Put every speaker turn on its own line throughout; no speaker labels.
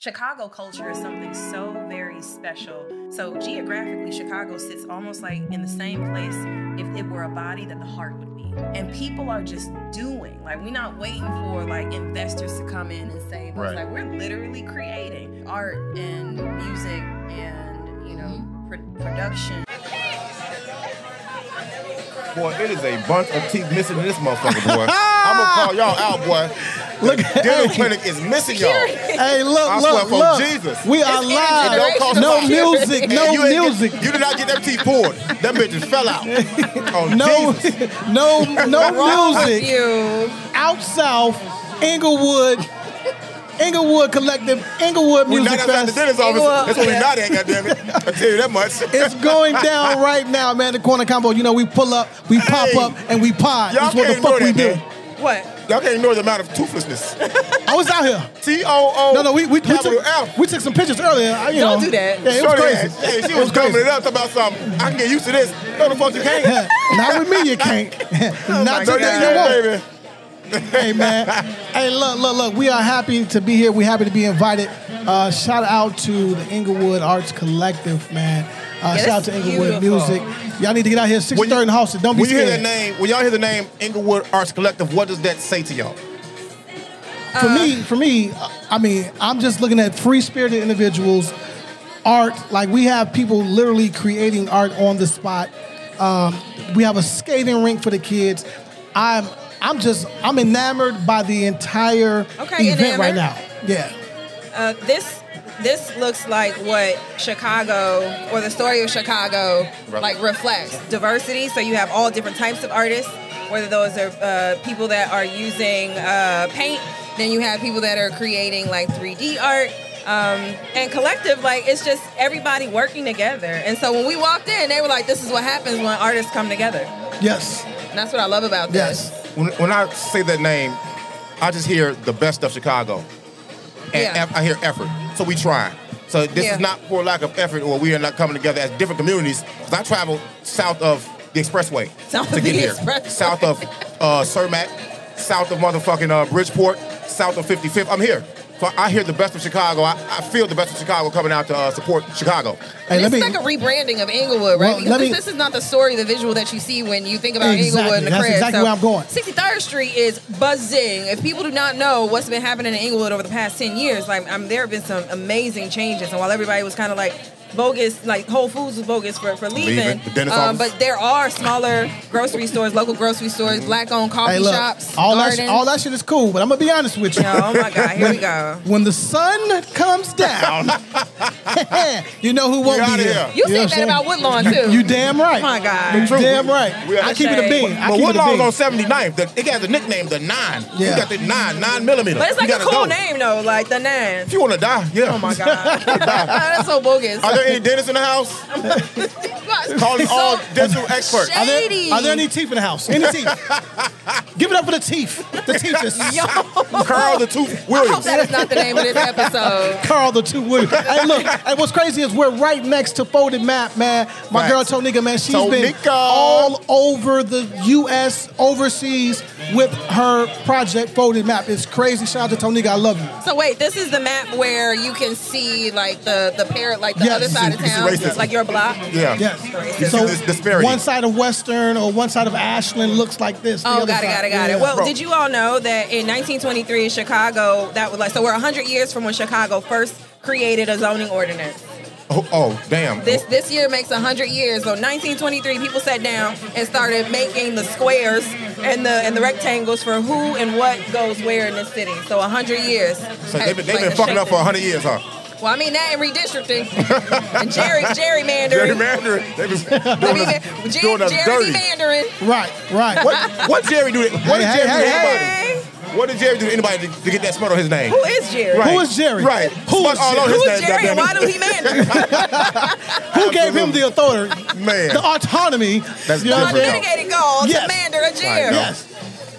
Chicago culture is something so very special. So geographically, Chicago sits almost like in the same place if it were a body that the heart would be. And people are just doing. Like we're not waiting for like investors to come in and save us.
Right.
Like we're literally creating art and music and you know pr- production.
Boy, it is a bunch of teeth missing in this motherfucker, boy. I'm gonna call y'all out, boy. Look, dental clinic is missing y'all.
Hey, look,
I swear
look,
for
look.
Jesus.
We are
It don't
live.
cost
No
nothing.
music,
And
no
you ain't get-
music.
you did not get them teeth pulled. Them bitches fell out. Oh,
No,
Jesus.
no, no music.
You.
Out south, Inglewood, Inglewood Collective, Inglewood
We're
Music
not outside the
Fest.
dentist office. That's what we're not at, goddammit. I tell you that much.
It's going down right now, man. The corner combo. You know, we pull up, we pop
Hey.
up, and we pod.
Y'all
That's what the
can't ignore
fuck we
that,
do.
man.
What?
Y'all can't ignore the amount of toothlessness.
I was out here.
T O O.
No, no, we we, we,
capital
took,
L.
we took some pictures earlier. I- you
Don't
know.
do that.
Yeah, it was
Shorty
crazy.
had- Hey, she was, coming it up about something. I can get used to this. No, the fuck you can't.
Not with me, you can't. Not
Go
today,
down
you won't.
there, baby.
hey man hey look look look we are happy to be here we happy to be invited uh, shout out to the inglewood arts collective man uh,
Yeah,
shout out to
that's
inglewood
beautiful.
music y'all need to get out here 6.30 in Halston. don't be
when you
scared
hear that name, when y'all hear the name Inglewood Arts Collective, what does that say to y'all?
for me for me uh, i mean i'm just looking at free-spirited individuals art like we have people literally creating art on the spot um, we have a skating rink for the kids i'm i'm just i'm enamored by the entire
Okay,
event right
enamored.
now yeah
Uh, this this looks like what Chicago or the story of Chicago
Right.
like reflects diversity. So you have all different types of artists, whether those are uh, people that are using uh, paint, then you have people that are creating like 3D art. Um, and collective, like it's just everybody working together. And so when we walked in, they were like, "This is what happens when artists come together."
yes
And that's what I love about this.
yes
When, when I say that name, I just hear the best of Chicago. And
Yeah.
eff- I hear effort. So we trying. So this
Yeah.
is not for lack of effort or we are not coming together as different communities. 'Cause I travel south of the expressway
South
to
of
get
the
here.
expressway.
South of uh, Cermak, south of motherfucking uh, Bridgeport, south of 55th. I'm here. So I hear the best of Chicago. I, I feel the best of Chicago coming out to uh, support Chicago.
Hey,
This
let
is
me-
like a rebranding of Inglewood, right?
Well,
because
let
this,
me-
this is not the story, the visual that you see when you think about
Exactly.
Inglewood and the
That's
crib.
exactly
so
where I'm going.
63rd Street is buzzing. If people do not know what's been happening in Inglewood over the past 10 years, like I'm, there have been some amazing changes. And while everybody was kind of like bogus, like Whole Foods was bogus for, for leaving,
Leaving, the dentist
um,
office.
but there are smaller grocery stores, local grocery stores,
Mm-hmm.
black-owned coffee
Hey, look,
shops,
all that,
gardens.
sh- all that shit is cool, but I'm gonna be honest with you.
Oh my God! Here we go.
When the sun comes down, you know who won't
outta
be
here.
here.
You
know what I'm
said that
saying?
about Woodlawn too.
You damn right.
Oh my
You
God!
True.
damn right.
We are-
I keep it a bean. I
But
keep it a
Woodlawn's
bean.
on 79th. The, it got the nickname the Nine.
Yeah.
You got the Nine, Nine millimeter.
But it's like
You
a
gotta
cool
go.
name though, like the Nine.
If you want to die, yeah.
Oh my god, that's so bogus.
Are there any dentists in the house? Calling all dental experts.
Are
Shady.
there, are there any teeth in the house? Any teeth? Give it up for the teeth. The teeth is
Yo,
Carl the Tooth
I hope
Williams.
that is not the name of this episode.
Carl the two wood. Hey, look. Hey, what's crazy is we're right next to Folded Map, man. My
Facts.
girl Tonika, man, she's been
Tonika.
all over the U.S. overseas with her project Folded Map. It's crazy. Shout out to Tonika. I love you.
So wait, this is the map where you can see like the the parrot, like the
Yes,
other
this
side
is-
of
this is
town,
racist.
like your block.
Yeah.
You
Yes.
see this disparity.
one side of Western or one side of Ashland looks like this. the
Oh,
other
got it,
side-
got it, got
yeah.
it. Well,
Bro.
did you all know that in 1923 in Chicago, that was like so we're 100 years from when Chicago first created a zoning ordinance.
Oh, oh, damn.
This this year makes 100 years. So 1923, people sat down and started making the squares and the and the rectangles for who and what goes where in this city. So 100 years.
so they've been, they've been fucking up for 100 years, huh?
Well, I mean that and redistricting and Jerry gerrymandering.
Gerrymandering. They've been
I
doing
mean,
us,
that- Jer-
doing us dirty.
gerrymandering.
Right, right.
What, what Jerry do? to- What did
Hey,
Jerry do
hey,
to
hey.
anybody?
Hey,
What did Jerry do to anybody to, to get that smut on his name?
who is Jerry?
Right.
Who is Jerry?
Right.
Who
smut
is
all
Jerry?
on
Who
his
is
name,
Jerry and why
goddammit.
do he mander?
Who gave him the authority,
Man.
the autonomy?
That's
You know what I'm
A
different.
saying?
delegated goal
Yes.
to mander a Jerry.
Right.
Yes.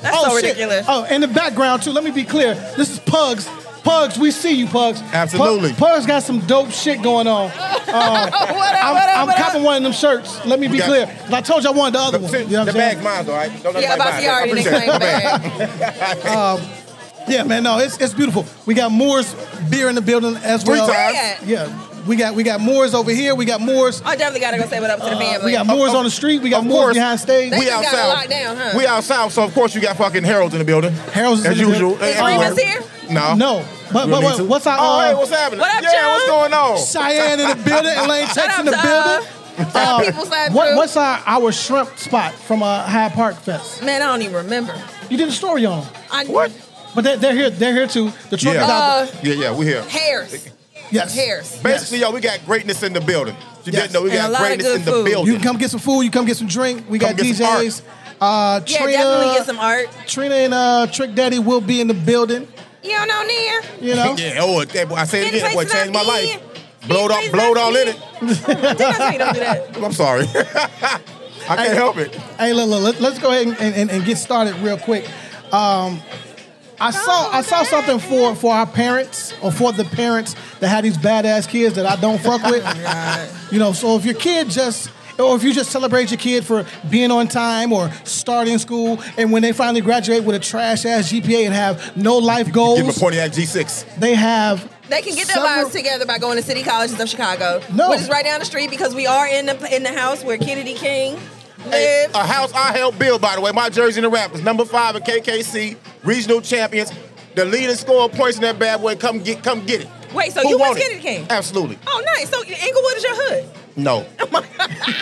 That's so
shit.
ridiculous.
Oh, in the background too. Let me be clear. This is Pugs. Pugs, we see you, Pugs.
Absolutely.
Pug- Pugs got some dope shit going on. Um,
Oh, what up,
I'm,
what up,
I'm
what up?
copping one of them shirts. Let me be
got-
clear. 'Cause I told you I wanted the other
The,
one. You know
the
what I'm
bag's
saying?
mine, though, all right? Don't let
Yeah,
nobody
about
buy
the
it. I
already
appreciate it.
nicknamed bag.
Yeah, man. No, it's it's beautiful. We got Moore's beer in the building as
Three
well.
times.
Yeah.
Yeah, we got we got Moore's over here. We got Moore's.
I definitely gotta go say what up to the family.
Uh, We got Moore's
of-
on the street. We got
of
Moore's
course.
behind stage.
They
we
just got it
outside.
locked down, huh?
We outside, so of course you got fucking Harold's in the building.
Harold's
as
in the
usual.
building.
Is
Uh,
Remus here?
No.
no, but,
You
but
need
what,
to?
what's our
Oh,
uh,
hey, what's happening?
What up,
yeah, what's
John?
going on?
Cheyenne in the building, Elaine Tex in the
What up,
building.
dog? Tell
Uh,
people slide
what,
through.
what's our, our shrimp spot from uh, Hyde Park Fest?
Man, I don't even remember.
You did a story on, 'em.
I,
What?
but they're, they're here. They're here too. The truck
Yeah.
is out.
Uh,
Yeah, yeah, we here.
Hairs.
yes,
Hairs.
Basically, yo, we got greatness in the building. You
Yes.
didn't know we
And a
got
lot of
greatness
good
in the
food.
building.
You can come get some food. You come get some drink. We
Come
got
get some art.
DJs. Uh,
Yeah,
Trina,
definitely get some art.
Trina and uh, Trick Daddy will be in the building.
You don't know near.
You know,
yeah, oh, that boy, I said it
Get
again, that boy
places
changed my
out
life.
here.
Blowed
Get
all,
places
blowed
out
all in it.
here. Did I tell you don't do that?
I'm sorry. I can't help it.
Hey, look, look, let- let's go ahead and, and, and get started real quick. Um, I saw I saw something for for our parents or for the parents that had these badass kids that I don't fuck with. you know, so if your kid just or if you just celebrate your kid for being on time or starting school, and when they finally graduate with a trash ass GPA and have no
Give
life
him a
goals,
Pontiac G6.
they have
They can get their
several-
lives together by going to City Colleges of Chicago,
No.
which is right down the street because we are in the in the house where Kennedy King
Hey, uh,
lived.
a house I helped build, by the way. My jersey in the Raptors, number five at KKC, regional champions, the leading scorer points in that bad boy. Come get, come get it.
Wait, so
Who
Oh, you went
want
to
it?
Kennedy King?
Absolutely.
Oh, nice. So Inglewood is your hood.
No.
Oh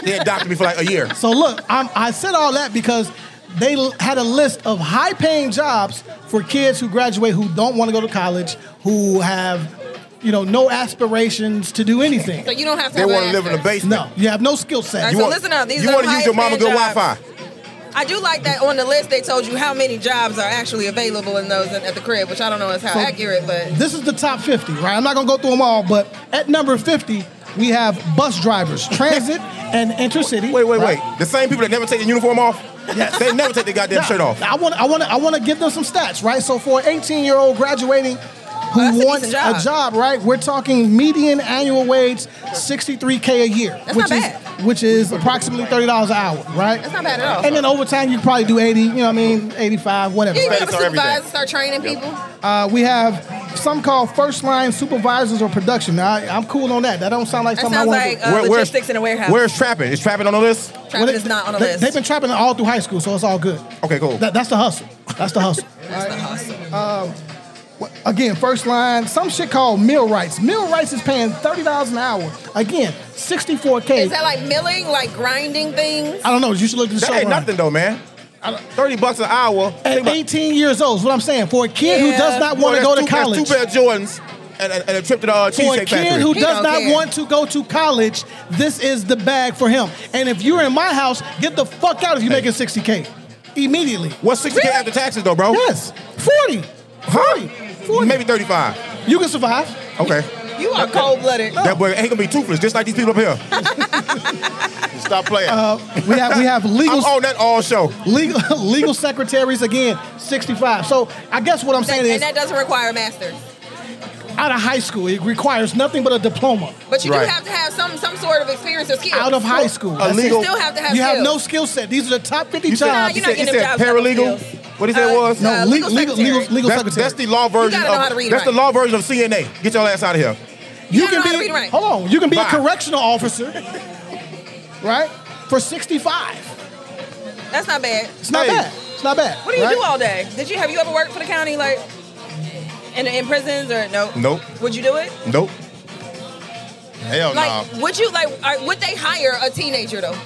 they adopted me for like a year.
So look, I'm, I said all that because they l- had a list of high-paying jobs for kids who graduate who don't want to go to college, who have, you know, no aspirations to do anything.
So you don't have to.
They
have
want
an
to live in the
answer.
basement.
No, you have no skill set.
Alright,
You
So
want,
listen up. These
you
are
want
the
to use your mama
highest
good
paying
Wi-Fi.
jobs. I do like that on the list they told you how many jobs are actually available in those in, at the crib, which I don't know is how
So-
accurate, but
This is the top 50, right? I'm not gonna go through them all, but at number 50 we have bus drivers, transit, and intercity.
Wait, wait,
right?
wait. The same people that never take the uniform off. They never take their goddamn
Now,
shirt
Uh,
off.
I want, I want, I want to give them some stats, right? So for an 18 year old graduating who
that's a
wants a
decent
job.
job.
right? We're talking median annual wage, 63k a year,
That's
which
not
is
bad.
which is approximately $30 an hour, right?
that's not bad at all.
And then overtime, you could probably do 80, you know what I mean, 85, whatever.
you
Spades
become a
are everything.
supervisor, start training people.
Uh, we have some called first line supervisors or production. Now, I, I'm cool on that. That don't sound like
That
something I
sounds
want to
like
do.
uh, logistics in a warehouse.
Where's trapping? Is trapping on the list?
Trapping
Well,
is not on the
they,
list.
They've been trapping all through high school, so it's all good.
Okay, cool.
That, that's the hustle. That's the hustle.
That's the hustle.
Again, first line, some shit called meal rights. Meal rights is paying thirty dollars an hour. Again, sixty-four k.
Is that like milling, like grinding things?
I don't know. You should look at the
that
show.
ain't
Ryan.
nothing though, man. Thirty bucks an hour.
At eighteen years old, is what I'm saying. For a kid who
Yeah.
does not
Boy,
want to
that's
go to
two- that's
college.
Two pair of Jordans and, and, and a trip to the uh,
For a
cheesecake
kid
factory.
who
He
does
don't
not
care.
want to go to college, this is the bag for him. And if you're in my house, get the fuck out if you're making sixty k immediately.
What's sixty k
Really?
after taxes though, bro?
Yes, forty.
Huh?
40.
Maybe thirty five.
You can survive.
Okay.
You are cold blooded.
That boy ain't gonna be toothless, just like these people up here. Stop playing.
We have we have legal.
I'm on that all show.
Legal, legal secretaries again, 65. So I guess what I'm saying is,
And that doesn't require a master's.
out of high school. It requires nothing but a diploma.
But you
Right.
do have to have some some sort of experience or skill.
Out of high school. That's
legal-
You still have to have
You have
skills.
no skill set. These are the top 50
You said-
Nah,
jobs.
you're
you
not
said, you
getting
said
them jobs out of
paralegal.
the fields.
What he said
Uh,
was?
no, Uh,
legal,
legal
legal,
secretary.
legal, legal
that's,
secretary.
that's the law version.
gotta know
of,
how to read and
that's the
write.
law version of CNA. Get your ass out of here.
you
gotta
can
know how to
be.
read and write.
Hold on. You can be
Bye.
a correctional officer, right? For 65.
That's not bad.
It's not
Hey.
bad. It's not bad.
What do you
right?
do all day? Did you have you ever worked for the county like in in prisons or no?
Nope.
Would you do it?
Nope. Hell no.
Like, would you like? Are, would they hire a teenager though?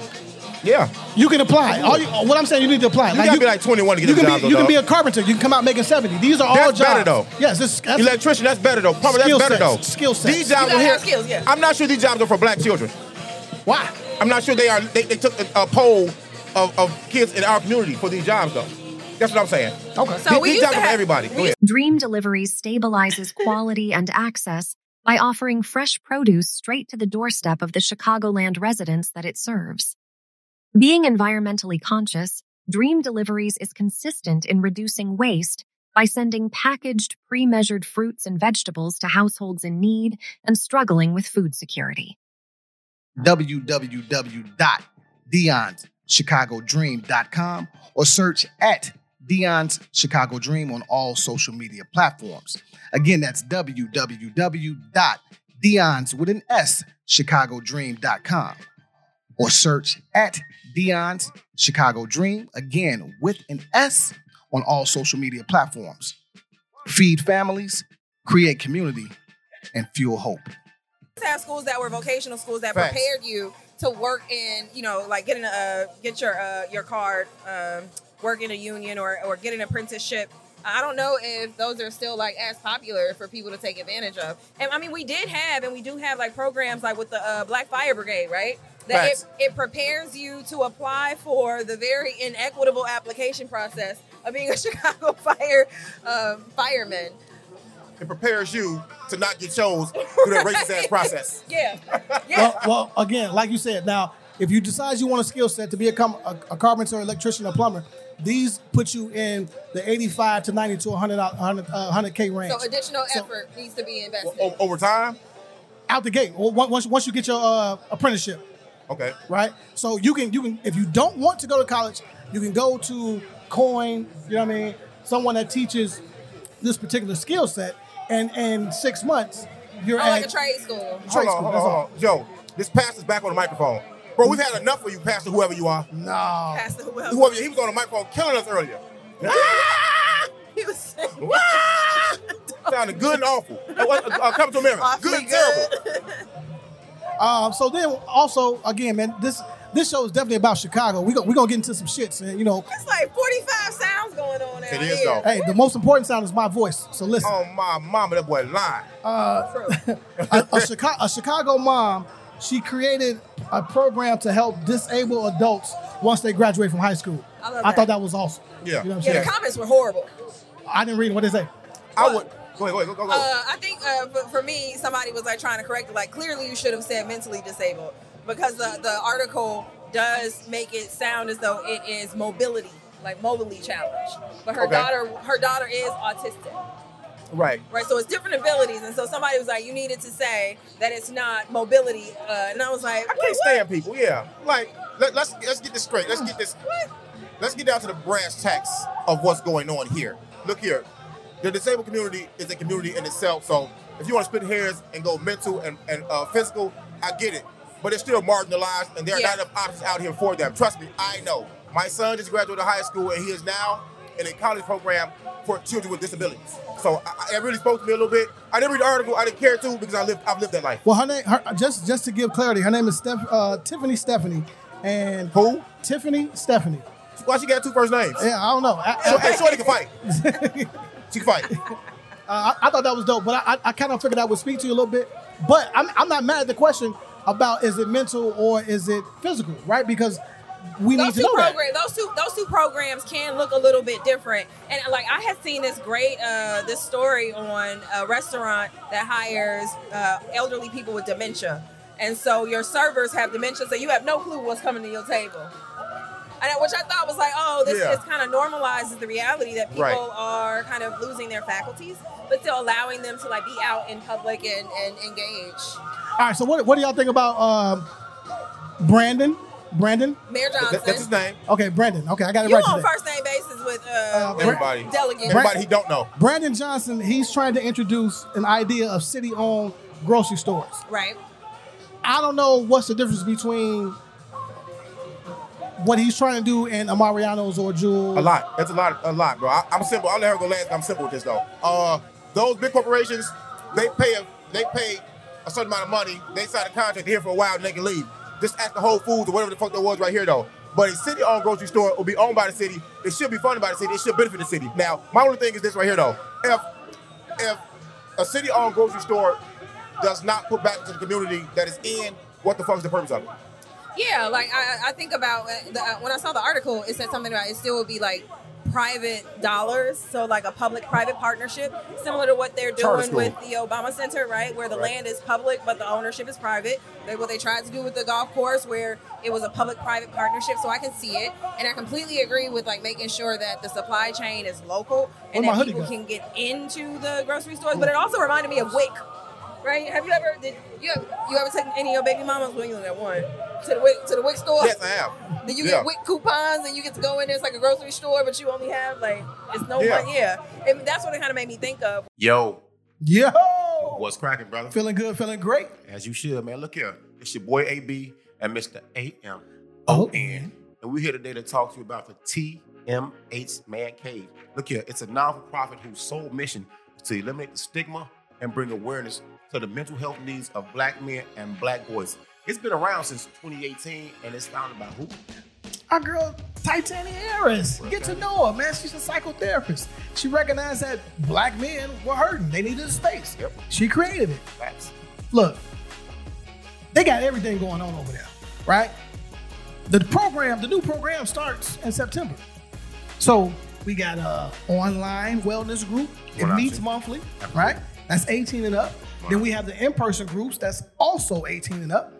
Yeah.
You can apply. All you, what I'm saying, you need to apply.
You gotta be like 21 to get
you
a
can
job,
be,
though,
You can
dog.
be a carpenter. You can come out making 70. These are all
That's
jobs.
better, though.
Yes, this, that's,
Electrician, that's better though. Plumber, that's
Skill
better
sets.
though.
Skill sets.
These
You
jobs
gotta
are here.
have skills, yeah.
I'm not sure these jobs are for black children.
why.
I'm not sure they are. They, they took a, a poll of, of kids in our community for these jobs though. That's what I'm saying.
Okay.
So
these
we
these
used
jobs
to
are for
have-
everybody. Go ahead.
Dream Delivery stabilizes quality and access by offering fresh produce straight to the doorstep of the Chicagoland residents that it serves. Being environmentally conscious, Dream Deliveries is consistent in reducing waste by sending packaged, pre measured fruits and vegetables to households in need and struggling with food security.
www.dionschicagodream.com or search at Dion's Chicago Dream on all social media platforms. Again, that's www.dion's with an S, chicagodream.com or search at Dion's Chicago Dream, again with an S on all social media platforms. Feed families, create community, and fuel hope.
have schools that were vocational schools that
Facts.
prepared you to work in, you know, like getting a get your uh, your card, um, work in a union or or get an apprenticeship. I don't know if those are still like as popular for people to take advantage of. And I mean, we did have and we do have like programs like with the uh, Black Fire Brigade, right? That it,
Facts.
it prepares you to apply for the very inequitable application process of being a Chicago fire um, fireman.
It prepares you to not get chose through that racist ass process.
Yeah, yeah.
well, well, again, like you said, now if you decide you want a skill set to be a, com- a, a carpenter, electrician, or plumber, these put you in the 85 to 90 to 100 100 uh, 100k range.
So additional effort needs to be invested.
O- over time,
out the gate, o- on- once once you get your uh, apprenticeship,
okay.
right? So you can you can if you don't want to go to college, you can go to Coin. You know what I mean? Someone that teaches this particular skill set, and in six months you're
oh,
at
like a trade school.
Hold
trade
on,
school.
hold
That's
on,
all.
hold on. Joe, this pastor's back on the microphone. Bro, we've had enough of you, pastor, whoever you are.
No.
Pastor whoever.
Whoever he was on the microphone killing us earlier.
He was saying,
Sounded good and awful. Uh, what- uh, come to America.
Awfully
Good and terrible.
Um, so then also again, man, this this show is definitely about Chicago. We go, we're gonna get into some shits, and you know,
It's like 45 sounds going on out
It is,
here.
though.
hey, the most important sound is my voice. So listen,
Oh my mama, that boy lying.
True.
a, a, Chica- a Chicago mom, she created a program to help disabled adults once they graduate from high school.
I love that.
thought that was awesome.
Yeah.
You know what I'm
Yeah,
saying?
the comments were horrible.
I didn't read what they say.
I would go ahead, go ahead, go, go, go.
Uh, I think uh, for, for me, somebody was like trying to correct it. Like, clearly, you should have said mentally disabled because the, the article does make it sound as though it is mobility, like mobilely challenged. But her
Okay.
daughter, her daughter is autistic.
right.
right? So it's different abilities, and so somebody was like, "You needed to say that it's not mobility," uh, and I was like,
I can't stand people. Yeah, like let, us let's get this straight. Let's get this. Let's get down to the brass tacks of what's going on here. Look here, the disabled community is a community in itself. So if you want to split hairs and go mental and and uh, physical, I get it. But it's still marginalized, and there are
Yeah.
not enough options out here for them. Trust me, I know. My son just graduated high school, and he is now in a college program for children with disabilities. So I, I- it really spoke to me a little bit. I didn't read the article. I didn't care to because I lived. I've lived that life.
Well, her name, her, just just to give clarity, her name is Steph, uh, Tiffany Stephanie, and
Who?
Tiffany Stephanie.
Why she got two first names?
Yeah, I don't know. I,
So,
I-
hey, Shorty can fight. she can fight.
Uh, I, I thought that was dope, but I, I, I kind of figured I would speak to you a little bit. But I'm, I'm not mad at the question about is it mental or is it physical, right? Because we need
those
to
two
know that.
programs, those two those two programs can look a little bit different. And like I had seen this great uh, this story on a restaurant that hires uh, elderly people with dementia, and so your servers have dementia, so you have no clue what's coming to your table. And I- which I thought was like, oh, this
Yeah.
just kind of normalizes the reality that people
Right.
are kind of losing their faculties, but still allowing them to like be out in public and, and engage.
All right, so what, what do y'all think about um, Brandon? Brandon?
Mayor Johnson.
That- that's his name.
Okay, Brandon. Okay, I got it
You
right.
on
today.
first name basis with uh, with
Everybody.
delegate.
Everybody he don't know.
Brandon Johnson, he's trying to introduce an idea of city owned grocery stores.
Right.
I don't know what's the difference between what he's trying to do and Amariano's or Jewel.
A lot. That's a lot. A lot, bro. I, I'm simple. I'll let her go last. I'm simple with this though. Uh, those big corporations, they pay a they pay a certain amount of money. They sign a contract here for a while, and they can leave. Just ask the Whole Foods or whatever the fuck that was right here though. But a city-owned grocery store will be owned by the city. It should be funded by the city. It should benefit the city. Now, my only thing is this right here though. If if a city-owned grocery store does not put back to the community that it's in, what the fuck is the purpose of it?
Yeah, like I, I think about uh, the, uh, when I saw the article, it said something about it still would be like private dollars, so like a public-private partnership, similar to what they're
Charter
doing
school.
with the Obama Center, right, where the
Right.
land is public but the ownership is private. They, what they tried to do with the golf course, where it was a public-private partnership, so I can see it, and I completely agree with like making sure that the supply chain is local
Where'd
and
my
that
hoodie
people
go?
can get into the grocery stores. But it also reminded me of Wick. Right? Have you ever did you you ever taken any of your baby mamas? Well, you only got one. to the wick to the wick store?
Yes, I have.
Then you
Yeah.
get wick coupons and you get to go in there. It's like a grocery store, but you only have like it's no
Yeah.
one. Yeah, and that's what it kind of made me think of.
Yo,
Yo,
what's cracking, brother?
feeling good, feeling great.
As you should, man. Look here. It's your boy AB and Mr. AM.
Oh,
O N. Oh, And we're here today to talk to you about the TMH Man Cave. Look here, it's a non profit whose sole mission is to eliminate the stigma and bring awareness to the mental health needs of black men and black boys. It's been around since 2018 and it's founded by who?
Our girl Titania Harris. Get to know her, man. She's a psychotherapist. She recognized that black men were hurting. They needed a space.
Yep.
She created it.
Facts.
Look, they got everything going on over there, right? The program, the new program starts in September. So we got a online wellness group. It
Well, I
meets
see.
monthly, right? That's 18 and up. Then we have the in-person groups that's also 18 and up.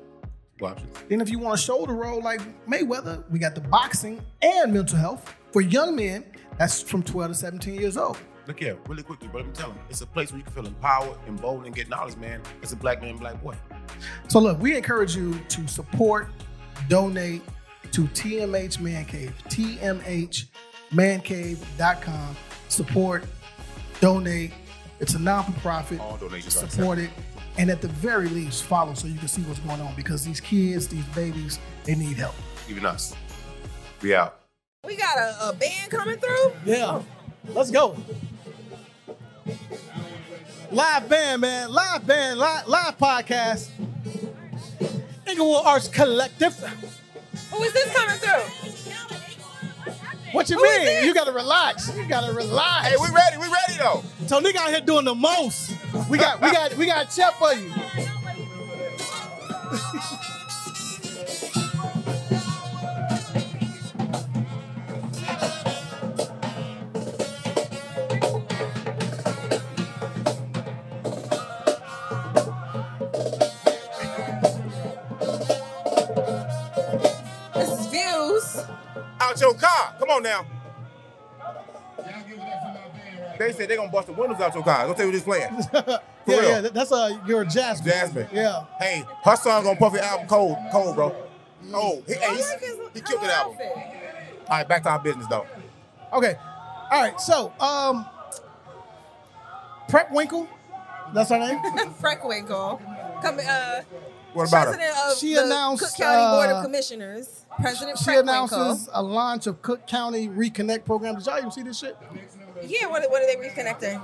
Watch it.
Then, if you want a shoulder roll like Mayweather, we got the boxing and mental health for young men. That's from 12 to 17 years old.
Look here, really quickly, but let me tell them, it's a place where you can feel empowered, emboldened, and get knowledge, man. It's a black man, black boy.
So, look, we encourage you to support, donate to TMH Man Cave, TMHManCave.com. Support, donate. It's a non for profit.
All donations are
Support it. And at the very least, follow so you can see what's going on because these kids, these babies, they need help.
Even us. We out.
We got a, a band coming through.
Yeah, let's go. Live band, man. Live band, live, live podcast. Inglewood Arts Collective.
Who is this coming through?
What you
Who is
mean?
this?
You gotta relax. You gotta relax.
Hey, we ready, we ready though.
Tonique out here doing the most. We got, we got, we got a check for you.
This is Views.
out your car. Come on now. They said they're gonna bust the windows out your car. Don't tell you this playing. For
yeah,
real.
yeah, that- that's uh, your Jasmine.
Jasmine.
Yeah.
Hey, her song gonna puff your album cold, cold, bro. Oh, he,
I
hey,
like
he,
his
he
color
killed it album.
outfit.
All right, back to our business though.
Okay. All right. So, um, Prep Winkle. That's her name.
Preckwinkle, coming. Uh,
What about her?
president of
She
the
announced,
Cook County Board
uh,
of Commissioners. President
She
Preckwinkle.
announces a launch of Cook County Reconnect program. Did y'all even see this shit?
Yeah, what, what are they reconnecting?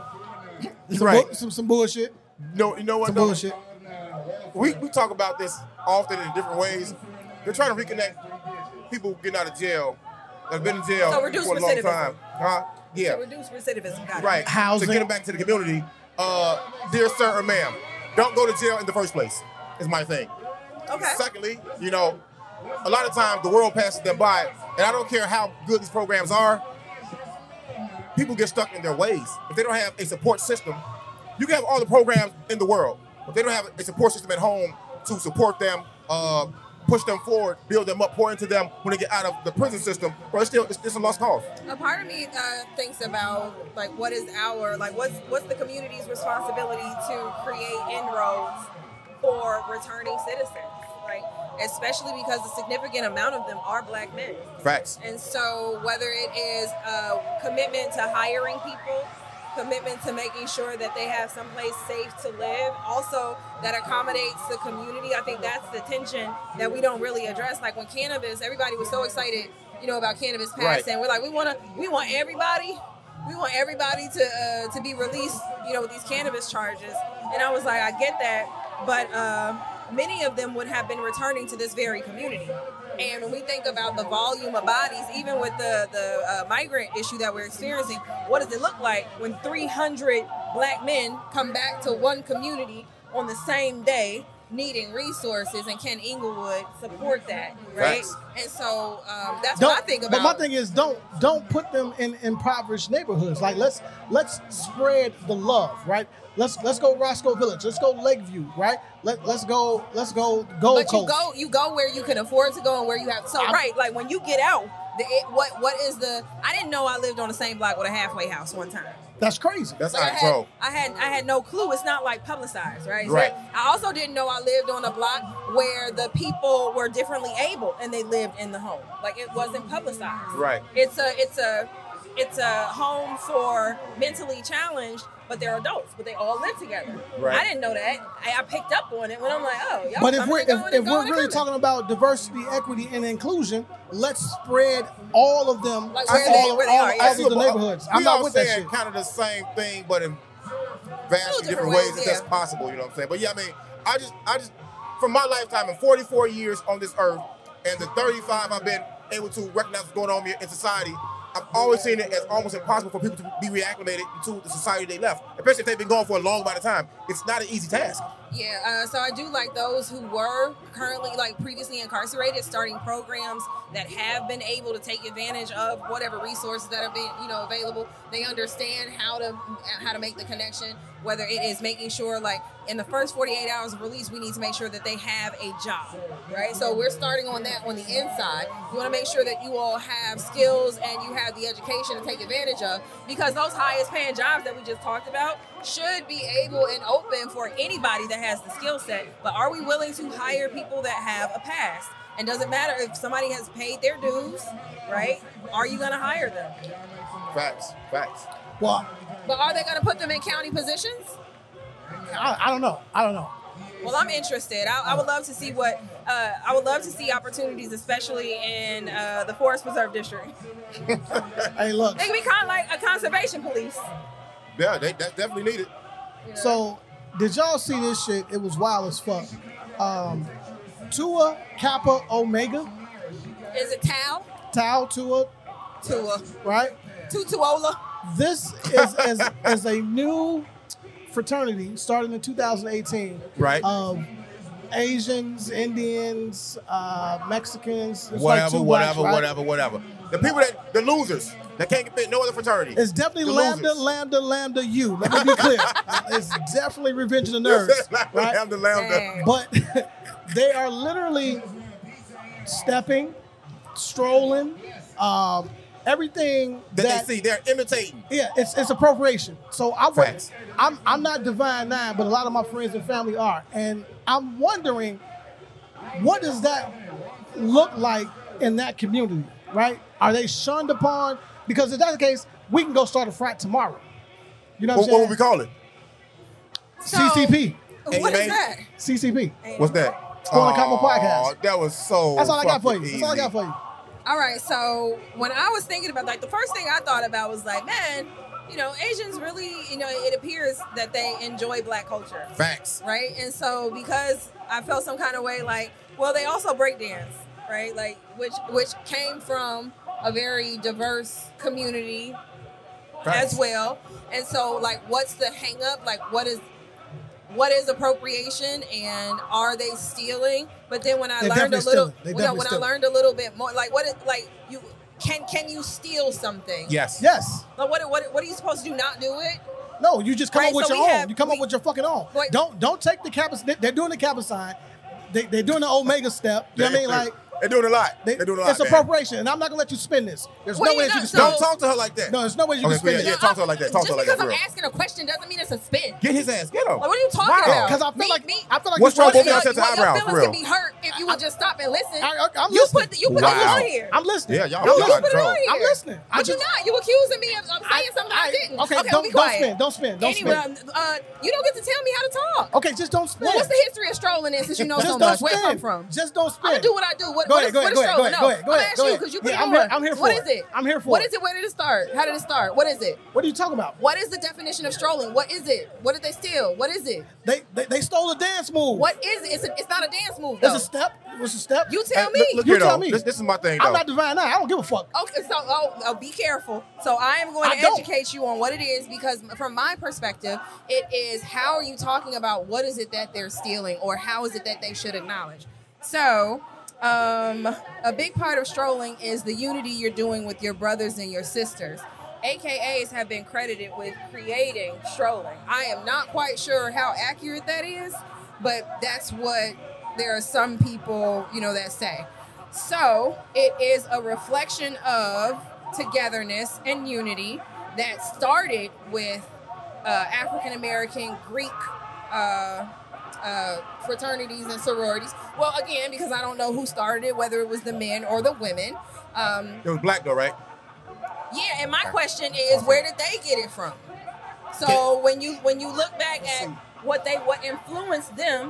Some,
Right.
bu- some, some bullshit.
No, you know what?
Some
though?
bullshit.
We we talk about this often in different ways. They're trying to reconnect people getting out of jail that've been in jail
So reduce
for a long
recidivism.
time. Huh? Yeah.
To reduce recidivism. Got it.
Right.
Housing.
To get them back to the community. Uh, dear sir or ma'am, don't go to jail in the first place, is my thing.
Okay.
Secondly, you know, a lot of times the world passes them by, and I don't care how good these programs are, people get stuck in their ways. If they don't have a support system, you can have all the programs in the world. If they don't have a support system at home to support them, uh, push them forward, build them up, pour into them when they get out of the prison system, bro, it's still it's, it's a lost cause.
A part of me uh, thinks about like what is our like what's what's the community's responsibility to create inroads for returning citizens, like especially because a significant amount of them are black men.
Facts.
And so, whether it is a commitment to hiring people, commitment to making sure that they have someplace safe to live, also that accommodates the community, I think that's the tension that we don't really address. Like when cannabis, everybody was so excited, you know, about cannabis
Right.
passing. We're like, we want to, we want everybody. We want everybody to uh, to be released, you know, with these cannabis charges. And I was like, I get that, but uh, many of them would have been returning to this very community. And when we think about the volume of bodies, even with the the uh, migrant issue that we're experiencing, what does it look like when 300 black men come back to one community on the same day, needing resources? And can Inglewood support that? Right.
Facts.
And so um, that's
Don't-
what I think about.
But my thing is, don't don't put them in impoverished neighborhoods. Like let's let's spread the love, right? Let's let's go Roscoe Village. Let's go Lakeview, right? Let let's go let's go Gold
but you
Coast.
go you go where you can afford to go and where you have so
I'm-
right like when you get out the, it, what what is the I didn't know I lived on the same block with a halfway house one time
That's crazy.
That's
Like,
like,
I,
not
had,
bro.
I had I had no clue. It's not like publicized, right? It's
Right.
like- I also didn't know I lived on a block where the people were differently able and they lived in the home. Like it wasn't publicized.
Right.
It's a it's a it's a home for mentally challenged, but they're adults, but they all live together.
Right.
I didn't know that. I, I picked up on it when I'm like, oh, y'all.
But if
coming
we're
and going
if,
and
if
going
we're
and
really
coming.
talking about diversity, equity, and inclusion, let's spread all of them
Like
to
where
all,
they- where they
all,
are,
all
yeah.
of the neighborhoods. I'm
we
not
all
with that
saying
shit.
kind of the same thing, but in vastly
Little
different
different
ways,
ways,
if
yeah.
that's possible. You know what I'm saying? But yeah, I mean, I just, I just, from my lifetime in 44 years on this earth, and the 35 I've been able to recognize what's going on in society, I've always seen it as almost impossible for people to be reacclimated to the society they left, especially if they've been gone for a long amount of time. It's not an easy task.
Yeah, uh, so I do like those who were currently, like previously incarcerated, starting programs that have been able to take advantage of whatever resources that have been, you know, available. They understand how to how to make the connection. Whether it is making sure, like in the first 48 hours of release, we need to make sure that they have a job, right? So we're starting on that on the inside. You want to make sure that you all have skills and you have the education to take advantage of, because those highest paying jobs that we just talked about should be able and open for anybody that has the skill set. But are we willing to hire people that have a past? And doesn't matter if somebody has paid their dues, right? Are you going to hire them?
Facts, facts.
Well,
But are they going to put them in county positions?
I, I don't know. I don't know.
Well, I'm interested. I, I would love to see what uh, I would love to see opportunities, especially in uh, the Forest Preserve District.
Hey, look.
They can be kind of like a conservation police.
Yeah, they, that's definitely needed.
So, did y'all see this shit? It was wild as fuck. Um, Tua Kappa Omega,
Is it Tau?
Tau Tua,
Tua.
right?
Tutuola.
This is is, is a new fraternity starting in 2018
Right.
of Asians, Indians, uh, Mexicans, it's like
whatever,
two
whatever,
blacks, right?
whatever, whatever. The people that, the losers, that can't fit no other fraternity.
It's definitely
The
lambda,
losers.
lambda, lambda. You. Let me be clear. it's definitely revenge of the nerds, right?
Lambda, lambda.
Dang.
but they are literally stepping, strolling, um, everything
that,
that,
they see. They're imitating.
yeah, it's it's appropriation. So I went,
Facts.
I'm I'm not divine nine, but a lot of my friends and family are, and I'm wondering what does that look like in that community, right? Are they shunned upon? Because if that's the case, we can go start a frat tomorrow. You know
What,
what,
what would
I'm
we
saying?
call it?
So,
CCP,
What is
Amen.
that?
CCP.
What's that?
Go on the Cowboy Podcast.
That was so.
That's all I got for you.
Oh, fucking
That's all I got
easy.
for you.
All right, so when I was thinking about like the first thing I thought about was like, man, you know, Asians really, you know, it appears that they enjoy black culture,
Facts.
right? And so because I felt some kind of way like, well, they also break dance, right? Like which which came from a very diverse community
Facts.
as well. And so like what's the hang up? Like what is what is appropriation and are they stealing? But then when I
They're
learned a
definitely
little
stealing. They're
when, I,
definitely
when I
stealing.
learned a little bit more like what is like you can can you steal something?
Yes.
Yes.
Like what what what are you supposed to do? Not do it?
No, you just come
Right,
up with
so
your
we
own.
have-
you come up
we-
with your fucking own.
Wait.
Don't don't take the kappa. they- They're doing the kappa sign. They, they're doing the omega step. You know what I mean? Like
they're doing a lot.
they,
They, are doing a lot.
it's
man.
appropriation, and I'm not gonna let you spin this. There's
Well,
no way
you
that you can spin.
know,
Don't
So-
talk to her like that.
No, there's no way
Okay,
you can spin
yeah,
it.
yeah, talk to her like that. Talk to
Just
her like
because
that. for
I'm
real.
asking a question doesn't mean it's a spin.
Get his ass. Get him.
Like, what are you talking
Wow.
about?
Because I feel
Me-
like
me-
I feel like
What's
you
wrong with
want to-
y'all
your,
sets of
your
eyebrows,
feelings
for real.
could be hurt if you would just stop and listen.
I, am
you
listening.
put the, you put
Wow.
it on here.
I'm listening.
Yeah, y'all-
I'm
y'all
you put
listening.
it
drunk.
on here.
I'm listening. I
But you're
just-
not. You accusing me of, of saying something I, didn't.
Okay,
okay
don't,
be
don't
quiet.
spin. Don't spin. Don't
anyway,
spin.
um, uh, you don't get to tell me how to talk.
Okay, just don't spin.
Well, what's the history of strolling in since you know
just
so
don't
much?
spin.
Where it come from?
Just don't spin.
I'm gonna do what I do. What,
Go
what
ahead,
is-
go
what
ahead,
is
go ahead, go
strolling?
ahead,
No,
go ahead, go
I'm
ahead,
asking
go
you
ahead.
because you put
Yeah,
it
I'm
on.
here- I'm here
What
for
is
it.
it?
I'm here for
What
it.
is it? Where did it start? How did it start? What is it?
What are you talking about?
What is the definition of strolling? What is it? What did they steal? What is it?
They they, they stole a dance move.
What is it? It's, a, it's not a dance move
It's
though.
a step. It's a step.
You
Hey,
tell
look-
me.
Look
You
here,
tell
though.
me.
This this is my thing,
I'm
though.
not divine now. I don't give a fuck.
Okay, so oh, oh, be careful. So I am going
I
to
don't.
educate you on what it is because, from my perspective, it is how are you talking about what is it that they're stealing or how is it that they should acknowledge. So, um, a big part of strolling is the unity you're doing with your brothers and your sisters. AKAs have been credited with creating strolling. I am not quite sure how accurate that is, but that's what there are some people, you know, that say. So it is a reflection of togetherness and unity. that started with uh, African American Greek uh, uh, fraternities and sororities. Well, again, because I don't know who started it, whether it was the men or the women. Um,
It was black though, right?
yeah, and my question is, where did they get it from? So when you when you look back at what they what influenced them,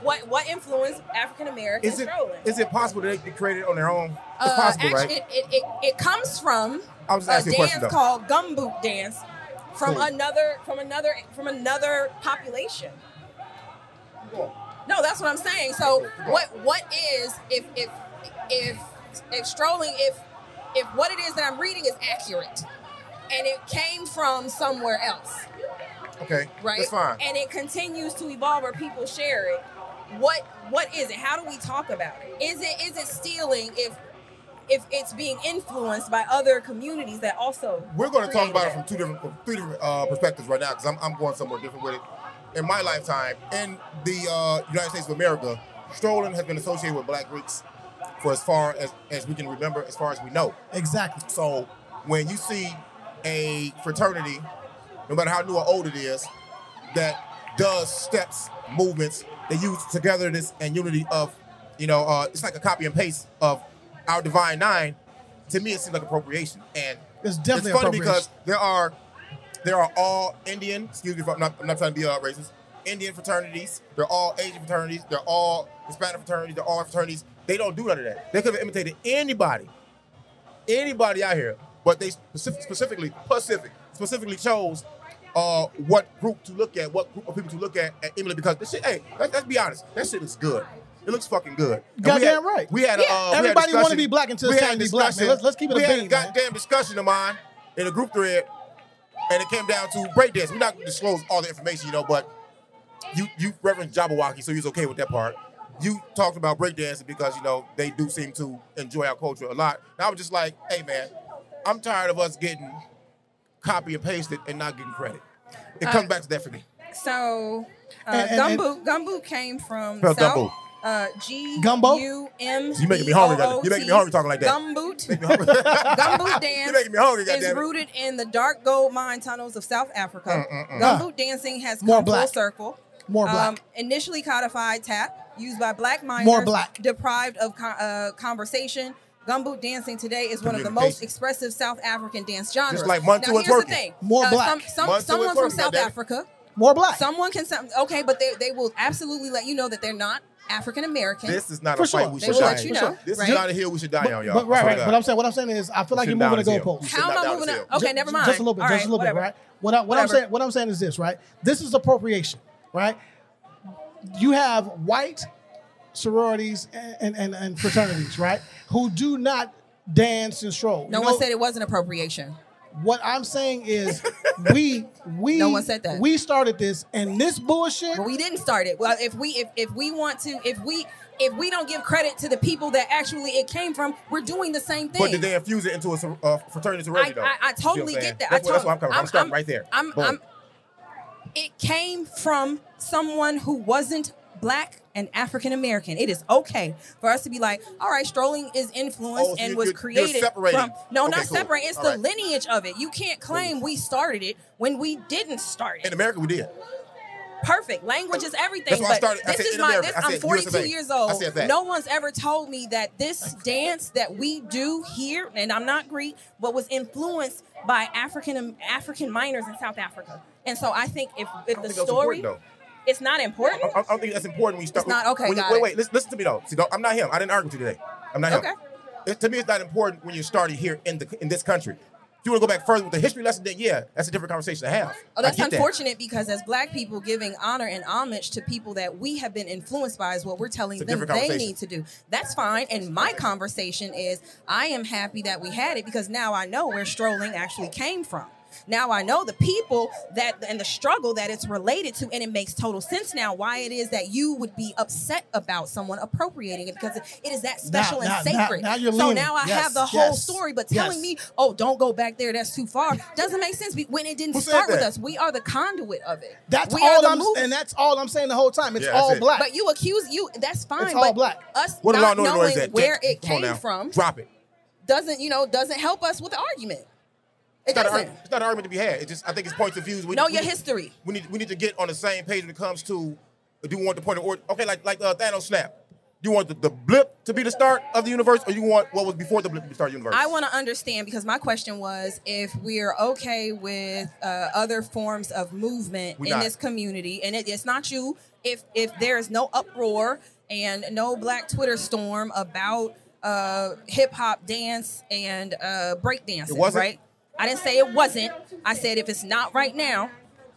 what what influenced African Americans?
Is it is it possible that they created it on their own? It's
Uh,
possible,
actually,
right?
it, it, it, it comes from
I was just
a
asking a
dance
question, though.
called gumboot dance from
Cool.
another from another from another population. No, that's what I'm saying. So what what is if if if if strolling if if what it is that I'm reading is accurate and it came from somewhere else,
okay,
right?
That's fine.
And it continues to evolve or people share it. What what is it? How do we talk about it? Is it is it stealing if if it's being influenced by other communities that also
We're going to talk
created
about it
that?
from two different, from three different uh, perspectives right now because I'm, I'm going somewhere different with it. In my lifetime, in the uh, United States of America, strolling has been associated with Black Greeks for as far as, as we can remember, as far as we know.
Exactly.
So when you see a fraternity, no matter how new or old it is, that does steps, movements, they use togetherness and unity of, you know, uh, it's like a copy and paste of our Divine Nine. To me, it seems like appropriation, and
It's definitely
it's funny
appropriation.
because there are there are all Indian. Excuse me, if I'm not, I'm not trying to be uh, racist. Indian fraternities, they're all Asian fraternities, they're all Hispanic fraternities, they're all fraternities. They don't do none of that. They could have imitated anybody anybody out here, but they specific, specifically Pacific specifically chose uh, what group to look at, what group of people to look at at Emily because this shit. Hey, let, let's be honest, that shit is good. It looks fucking good. And we had-
Goddamn right.
We had a, uh,
Yeah.
we had a
Everybody wanna
discussion-
be black until
we
it's
had
time
a
to be black, man.
discussion-
Let's- let's keep it
We
a
had a
bean, man.
goddamn discussion of mine in a group thread, and it came down to breakdance. We're not going to disclose all the information, you know, but you you referenced Jabberwocky, so you was okay with that part. You talked about breakdancing because you know they do seem to enjoy our culture a lot. And I was just like, hey man, I'm tired of us getting copy and pasted and not getting credit. It
Uh,
comes back to that for me.
So uh,
And- and-
gumboot gumboot came from
Spell
South.
gumboot.
Uh, G
Gumbo?
U M.
You making me hungry, goddamn- you making me hungry talking like that.
Gumboot. gumboot dance
You making me hungry,
is
goddamn it.
rooted in the dark gold mine tunnels of South Africa. Gumboot dancing has come
Mm, More
full
black.
circle. Um,
More black.
initially codified tap used by black miners.
More black.
Deprived of con- uh, conversation. Gumboot dancing today is one of the most
Communication.
expressive South African dance genres.
like Montu
now,
and
here's
twerking.
the thing.
More
Uh,
black.
Some, some-
Montu and
someone from
twerking,
South
goddamn it.
Africa.
More black.
Someone can some okay, but they, they will absolutely let you know that they're not African American.
This is not
For
a fight
sure.
we
They
should
will
die.
let you
in.
know,
This
right?
is not a hill we should die on, y'all.
But right,
I swear
right.
to God.
But I'm saying what I'm saying is I feel like you're
Sitting down
moving a
is ill.
goalpost.
Sitting
How am
down
I
is
moving?
ill.
Up? Okay,
Ju-
never
ju-
mind.
Just a little bit.
All
just
right,
a little
whatever.
bit. Right. What, I, what I'm
Whatever.
saying. What I'm saying is this. Right. This is appropriation. Right. You have white sororities and and, and, and fraternities. right. Who do not dance and stroll.
No
You
one
know,
said it wasn't appropriation.
What I'm saying is we we
No one said that.
we started this and this bullshit.
But we didn't start it. Well, if we if, if we want to, if we if we don't give credit to the people that actually it came from, we're doing the same thing.
But did they infuse it into a sor- uh, fraternity sorority,
I,
though?
I, I
You see what I'm
totally
saying?
get that.
That's,
I
where- that's where I'm coming
totally-
from. I'm starting right there.
I'm,
Boom.
I'm- it came from someone who wasn't black and African American. It is okay for us to be like, all right, strolling is influenced
Oh, so
and
you-
was
you're- you're
created
separating.
from. No,
Okay,
not
cool.
separate. It's
All
the
right.
lineage of it. You can't claim we started it when we didn't start it.
in America, we did.
Perfect. Language is everything.
That's why I
but
started- I
this
said
is
in
my.
America.
This,
I
I'm
said USA.
42 years
I
old.
said that.
No one's ever told me that this dance that we do here, and I'm not Greek, but was influenced by African African miners in South Africa. And so I think if if the
think that's
story,
important,
it's not important.
I, I don't think that's important when you start.
It's not- okay,
when you-
got
wait,
it.
wait. Listen, listen to me though. See, though, I'm not him. I didn't argue with you today. I'm not him.
Okay.
It- to me, it's not important when you're starting here in the in this country. If you want to go back further with the history lesson, then yeah, that's a different conversation to have.
Oh,
I
that's
get that.
unfortunate because as black people giving honor and homage to people that we have been influenced by is what we're telling
It's a
them
different
they
conversation.
need to do. That's fine. And my conversation is I am happy that we had it because now I know where strolling actually came from. Now I know the people that and the struggle that it's related to, and it makes total sense now why it is that you would be upset about someone appropriating it because it is that special
now-
and
now-
sacred.
now you're
so
leaning.
now I
Yes,
have the whole
yes,
story, but
yes.
telling me, oh, don't go back there, that's too far, doesn't make sense when it didn't
Who said
start with
that?
us. We are the conduit of it.
That's
we are
all
the
I'm
movement.
and that's all I'm saying the whole time. It's
Yeah, that's
all
it.
black.
But you accuse you. That's fine.
all
but
black.
Us
What
not
about Northern
knowing
Noise? That
where
Jack,
it
come on
came
now.
from
Drop it.
doesn't you know doesn't help us with the argument. It
not, an
doesn't.
argument- it's not an argument to be had. It just I think it's points of views. We,
Know
we-
your history.
We need we need to get on the same page when it comes to do you want the point of order? Okay, like like uh, Thanos snap. Do you want the, the blip to be the start of the universe, or you want what was before the blip to be the start of the universe?
I want to understand because my question was if we're okay with uh, other forms of movement
We're
in
not.
this community, and it, it's not you. If if there is no uproar and no Black Twitter storm about uh, hip hop dance and uh, break dancing,
It wasn't?
right? I didn't say it wasn't. I said if it's not right now,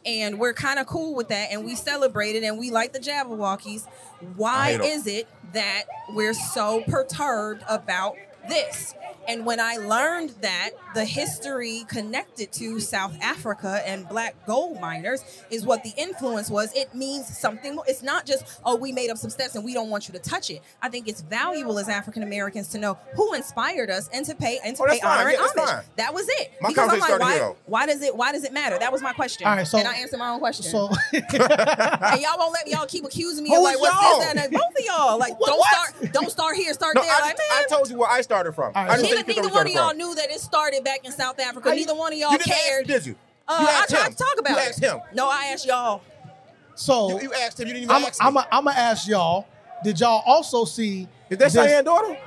and we're kind of cool with that, and we celebrate it, and we like the Jabberwockies.
I
Why
hate 'em.
is it that we're so perturbed about this? And when I learned that the history connected to South Africa and black gold miners is what the influence was, it means something more. It's not just, oh, we made up some steps and we don't want you to touch it. I think it's valuable as African Americans to know who inspired us and to pay and to
Oh, that's
pay honor
fine. Yeah,
and
that's
homage.
fine.
That was it.
My
because I'm
conversation
like,
started here,
why,
though.
why does it why does it matter? That was my question.
All right, so-
and I answered my own question.
So
And y'all won't let me. Y'all keep accusing me
Who
of
is
like what's
y'all?
this that, and that. Both of y'all like don't
what?
start. Don't start here. Start
no,
there.
I,
like
just-
man.
I told you where I started from.
All right.
I just
Neither,
said you
neither
told me started
one of y'all
from.
knew that it started back in South Africa. Neither one of y'all
You didn't
cared.
ask me, did you?
Uh,
you asked
I tried
him.
to talk about
you
it. Oh.
Asked him.
No, I asked y'all.
so
You, you asked him. You didn't even
I'm
ask
I'm
me.
a, I'm gonna ask y'all. Did y'all also see?
Is that
this-
Cheyenne daughter?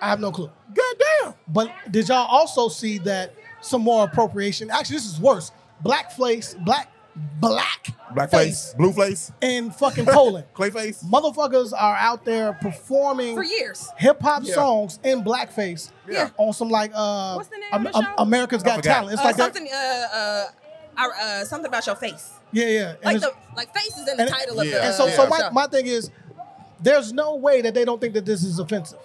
I have no clue.
God damn.
But did y'all also see that some more appropriation? Actually, this is worse. Black face, black, black,
Blackface, blueface,
in fucking Poland.
clayface.
Motherfuckers are out there performing
For years.
hip hop
Yeah.
songs in blackface.
Yeah.
On some like uh,
What's the name of the show?
America's
I
Got
forgot.
Talent. It's
Uh,
like that.
something. Uh, uh, I- uh, something about your face.
Yeah, yeah. And
Like
it's-
the like face is in the
and-
title of
Yeah.
the.
and so, so
uh,
Yeah.
my,
show.
my thing is, there's no way that they don't think that this is offensive.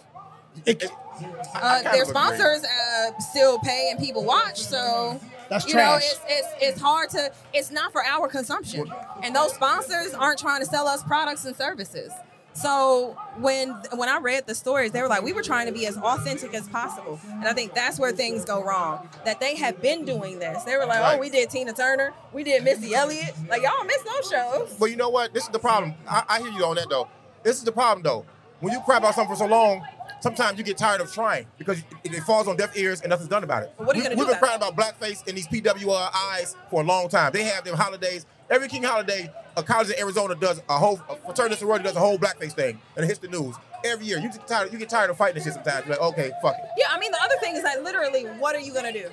It-
uh,
kind
their
of agree.
sponsors uh, still pay and people watch. So
That's
you
trash.
know, it's, it's it's hard to. It's not for our consumption, and those sponsors aren't trying to sell us products and services. So when when I read the stories, they were like, we were trying to be as authentic as possible, and I think that's where things go wrong. That they have been doing this. They were like,
Right.
oh, we did Tina Turner, we did Missy Elliott. Like y'all miss those shows.
But you know what? This is the problem. I, I hear you on that though. This is the problem though. When you cry about something for so long, sometimes you get tired of trying because it, it falls on deaf ears and nothing's done about it.
Well, what are you
we,
gonna
we've
do
been crying about
about
blackface and these PWIs for a long time. They have them holidays. Every King holiday, a college in Arizona does a whole a fraternity sorority does a whole blackface thing and it hits the news every year. You get tired. You get tired of fighting this shit sometimes. You're like, okay, fuck it.
Yeah, I mean the other thing is like literally, what are you gonna do?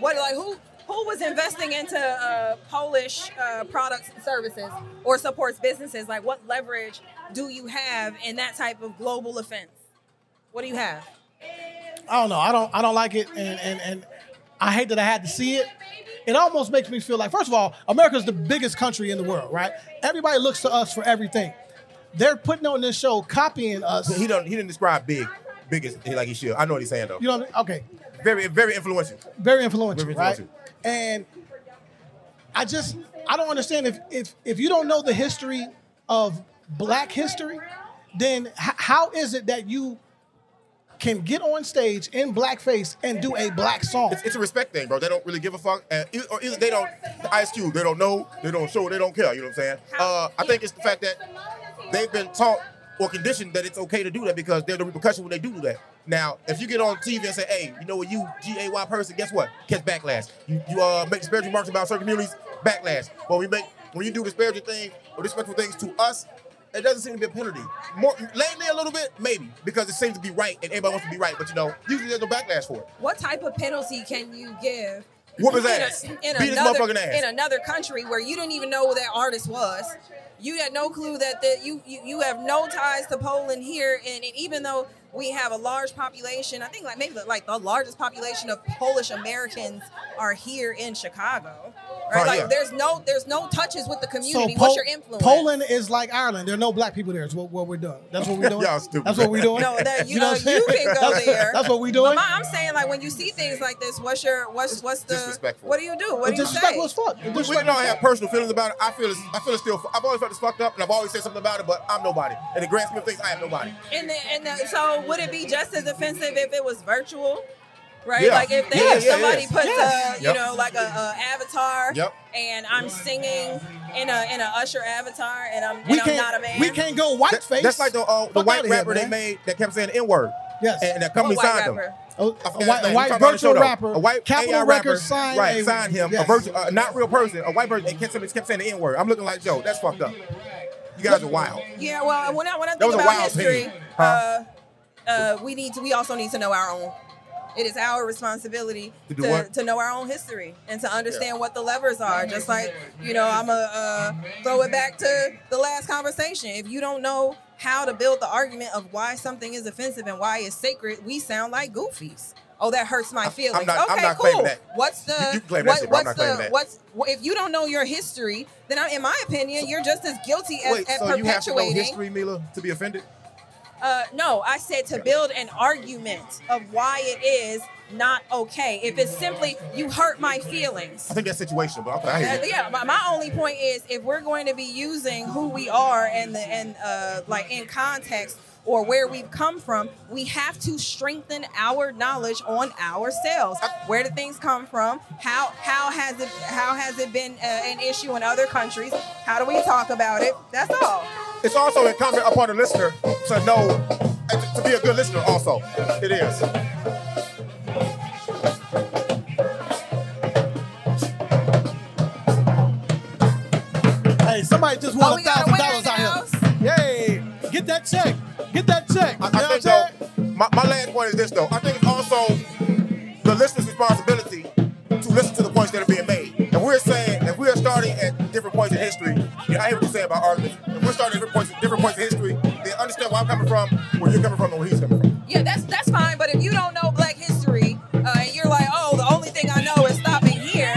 What like who who was investing into uh, Polish uh, products and services or supports businesses? Like what leverage do you have in that type of global offense? What do you have?
I don't know. I don't. I don't like it, and and and I hate that I had to see it. It almost makes me feel like, first of all, America's the biggest country in the world, right? Everybody looks to us for everything. They're putting on this show, copying us.
He don't. He didn't describe big, biggest like he should. I know what he's saying though.
You know, what I mean? okay,
Very, very influential.
very influential,
Very
right?
influential.
And I just, I don't understand if if if you don't know the history of Black history, then h- how is it that you can get on stage in blackface and do a black song?
It's, it's a respect thing, bro. They don't really give a fuck, and, e- or either they don't. The Ice Cube, they don't know, they don't show, they don't care. You know what I'm saying? Uh, I think it's the fact that they've been taught or conditioned that it's okay to do that because they're the repercussion when they do do that. Now, if you get on TV and say, "Hey, you know what, you gay person, guess what? Catch backlash. You, you uh, make disparaging remarks about certain communities, backlash. But we make when you do disparaging things or disrespectful things to us, it doesn't seem to be a penalty. More lately, a little bit, maybe, because it seems to be right and everybody wants to be right. But you know, usually there's no backlash for it.
What type of penalty can you give?
Whoop his
in a-
ass.
in
Beat his
another,
motherfucking ass.
In another country where you didn't even know who that artist was. You had no clue that the, you, you you have no ties to Poland here, and, and even though we have a large population, I think like maybe the, like the largest population of Polish Americans are here in Chicago. Right?
Oh,
like
yeah.
there's no there's no touches with the community.
Pol-
What's your influence?
Poland is like Ireland. There are no black people there. Is what, what we're doing. That's what we're doing.
Y'all stupid.
That's what we're doing.
No, that you,
know
uh,
what I'm saying?
you can go
That's-
there.
That's what we're doing.
But my, I'm saying like when you see things like this, what's your what's what's the
disrespectful.
what do you do? What
It's
do you say?
disrespectful as fuck. It's
We, we
disrespectful
don't
as
have
fuck.
personal feelings about it. I feel it's, I feel it's still. I've always felt it's fucked up, and I've always said something about it. But I'm nobody. In the grand scheme of things, I am nobody.
And the, and the, so would it be just as offensive if it was virtual? Right,
Yeah.
like if they
Yeah,
if
yeah,
somebody
yeah.
puts
Yes.
a you
Yep.
know like a, a avatar,
Yep.
and I'm singing in a in a Usher avatar, and I'm and
We
I'm
can't.
not a man.
We can't go white
That-
face.
that's like the uh, the
Fuck
white
outta here,
rapper they
man.
made that kept saying the N word.
Yes.
and that company
A white
signed him.
rapper.
A, a
I forgot his
white,
name.
a
We
white
talked about it on the
virtual
show, though.
rapper.
A white
Capital
AI
Records
rapper,
signed,
right,
a-
signed him.
yes.
A virtual, uh, not real person, a white person. They kept, kept saying the N word. I'm looking like Joe. That's fucked up. You guys are wild.
Yeah, well, when I when I
That was
think
a
about
wild
history,
opinion. Huh?
uh, uh, we need to. We also need to know our own. It is our responsibility
To
to,
do what?
to know our own history and to understand what the levers are. Just like you know, I'm gonna uh, throw it back to the last conversation. If you don't know how to build the argument of why something is offensive and why it's sacred, we sound like goofies. Oh, that hurts my feelings.
not- I'm
okay,
not
cool.
claiming that.
What's the
You- you can claim that
what,
shit, but I'm
what's
not
the
claiming that.
what's if you don't know your history, then I, in my opinion, you're just as guilty as
Wait,
at
so you have to know
perpetuating.
history, Mila, to be offended?
Uh, no, I said to build an argument of why it is not okay. If it's simply you hurt my feelings.
I think that's situational, but okay, I hear
Uh,
you.
yeah, my, my only point is if we're going to be using who we are and the and uh, like in context or where we've come from, we have to strengthen our knowledge on ourselves. Where did things come from? How how has it how has it been uh, an issue in other countries? How do we talk about it? That's all.
It's also incumbent upon the listener to know, and to be a good listener also. It is.
Hey, somebody just
Oh,
won a
we got a
thousand
winner
dollars
in the
out here. Yay! Get that check. Get that check.
I,
You know
I
what I'm
think
saying?
though, my, my last point is this though. I think it's also the listener's responsibility to listen to the points that are being made. And we're saying, if we're starting at different points in history, you know, I hear what you're saying about arguments. If we're starting at different points, different points in history, then understand where I'm coming from, where you're coming from, and where he's coming from.
Yeah, that's that's fine. But if you don't know Black history, uh, and you're like, oh, the only thing I know is stopping here,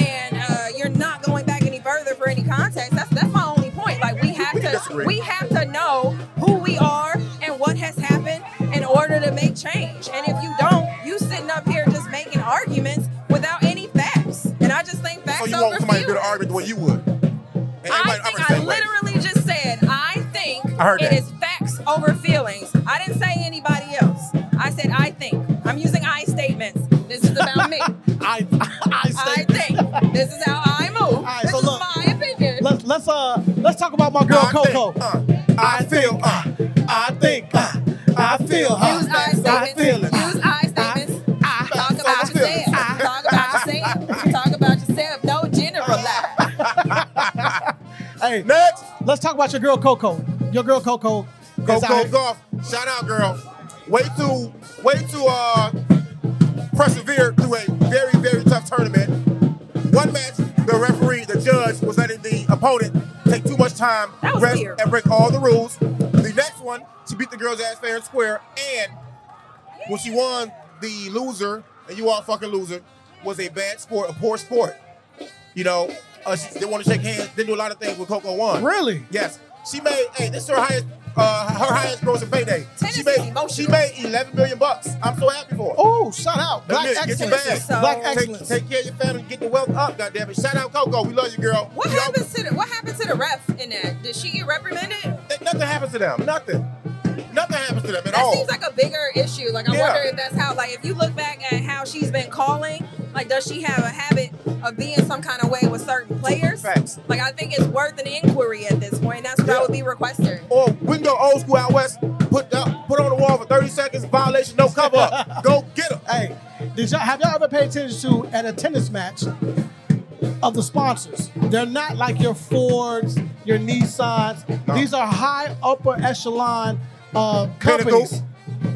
and uh, you're not going back any further for any context. That's that's my only point. Like we have
We can
to
disagree.
we have to know who we are and what has happened in order to make change. And if you don't, you sitting up here just making arguments without any facts. And I just think
So
facts
you
over
want somebody to do the
feelings.
argument the way you would. And
I
everybody operates
think
the
I
same way.
literally just said I think
I heard
it
that.
is facts over feelings. I didn't say anybody else. I said I think. I'm using I statements. This is about me.
I, I,
I
say,
think. This is how I move.
right,
this
so
is
look.
my opinion.
let's let's uh let's talk about my girl
I think,
Coco.
uh, I feel, uh,
I think, uh, I feel, uh,
Use I
I
statements.
feel it.
Use I statements. Talk about
I feel it.
yourself. Talk about yourself. Talk about yourself. No generalize.
Hey,
next.
let's talk about your girl Coco. Your girl Coco. is
Go
out
go
here-
golf. Shout out, girl. Way too, way too uh persevere through a very, very tough tournament. One match, the referee, the judge was letting the opponent take too much time,
That was
rest,
weird.
and break all the rules. The next one, she beat the girl's ass fair and square, and when she won, the loser, and you all fucking loser, was a bad sport, a poor sport. You know, uh, she, they want to shake hands, they do a lot of things with Coco won.
Really?
Yes. She made hey, this is her highest uh, her highest grossing payday.
Tennis
she
is
made
emotional.
she made eleven million bucks. I'm so happy for her.
Oh, shout
Let
out. Black
me get your
excellence.
bag.
So-
Black
Take-
Take,
excellence.
take care of your family, get the wealth up, goddammit. Shout out Coco. We love you, girl.
What
You know,
happened to the what happened to the ref in that? Did she get reprimanded?
th- nothing happens to them. Nothing. Nothing happens to them at
That
all.
seems like a bigger issue. Like I
Oh. Yeah.
wonder if that's how. Like if you look back at how she's been calling, like does she have a habit of being some kind of way with certain players?
Facts.
Like I think it's worth an inquiry at this point. That's what
Yeah.
I would be requesting.
or we can go old school out west, put up, put on the wall for 30 seconds, violation, no cover up. go get them.
Hey, did y'all have y'all ever paid attention to at a tennis match of the sponsors? They're not like your Fords, your Nissans.
No.
These are high upper echelon uh,
Pinnacle.
companies.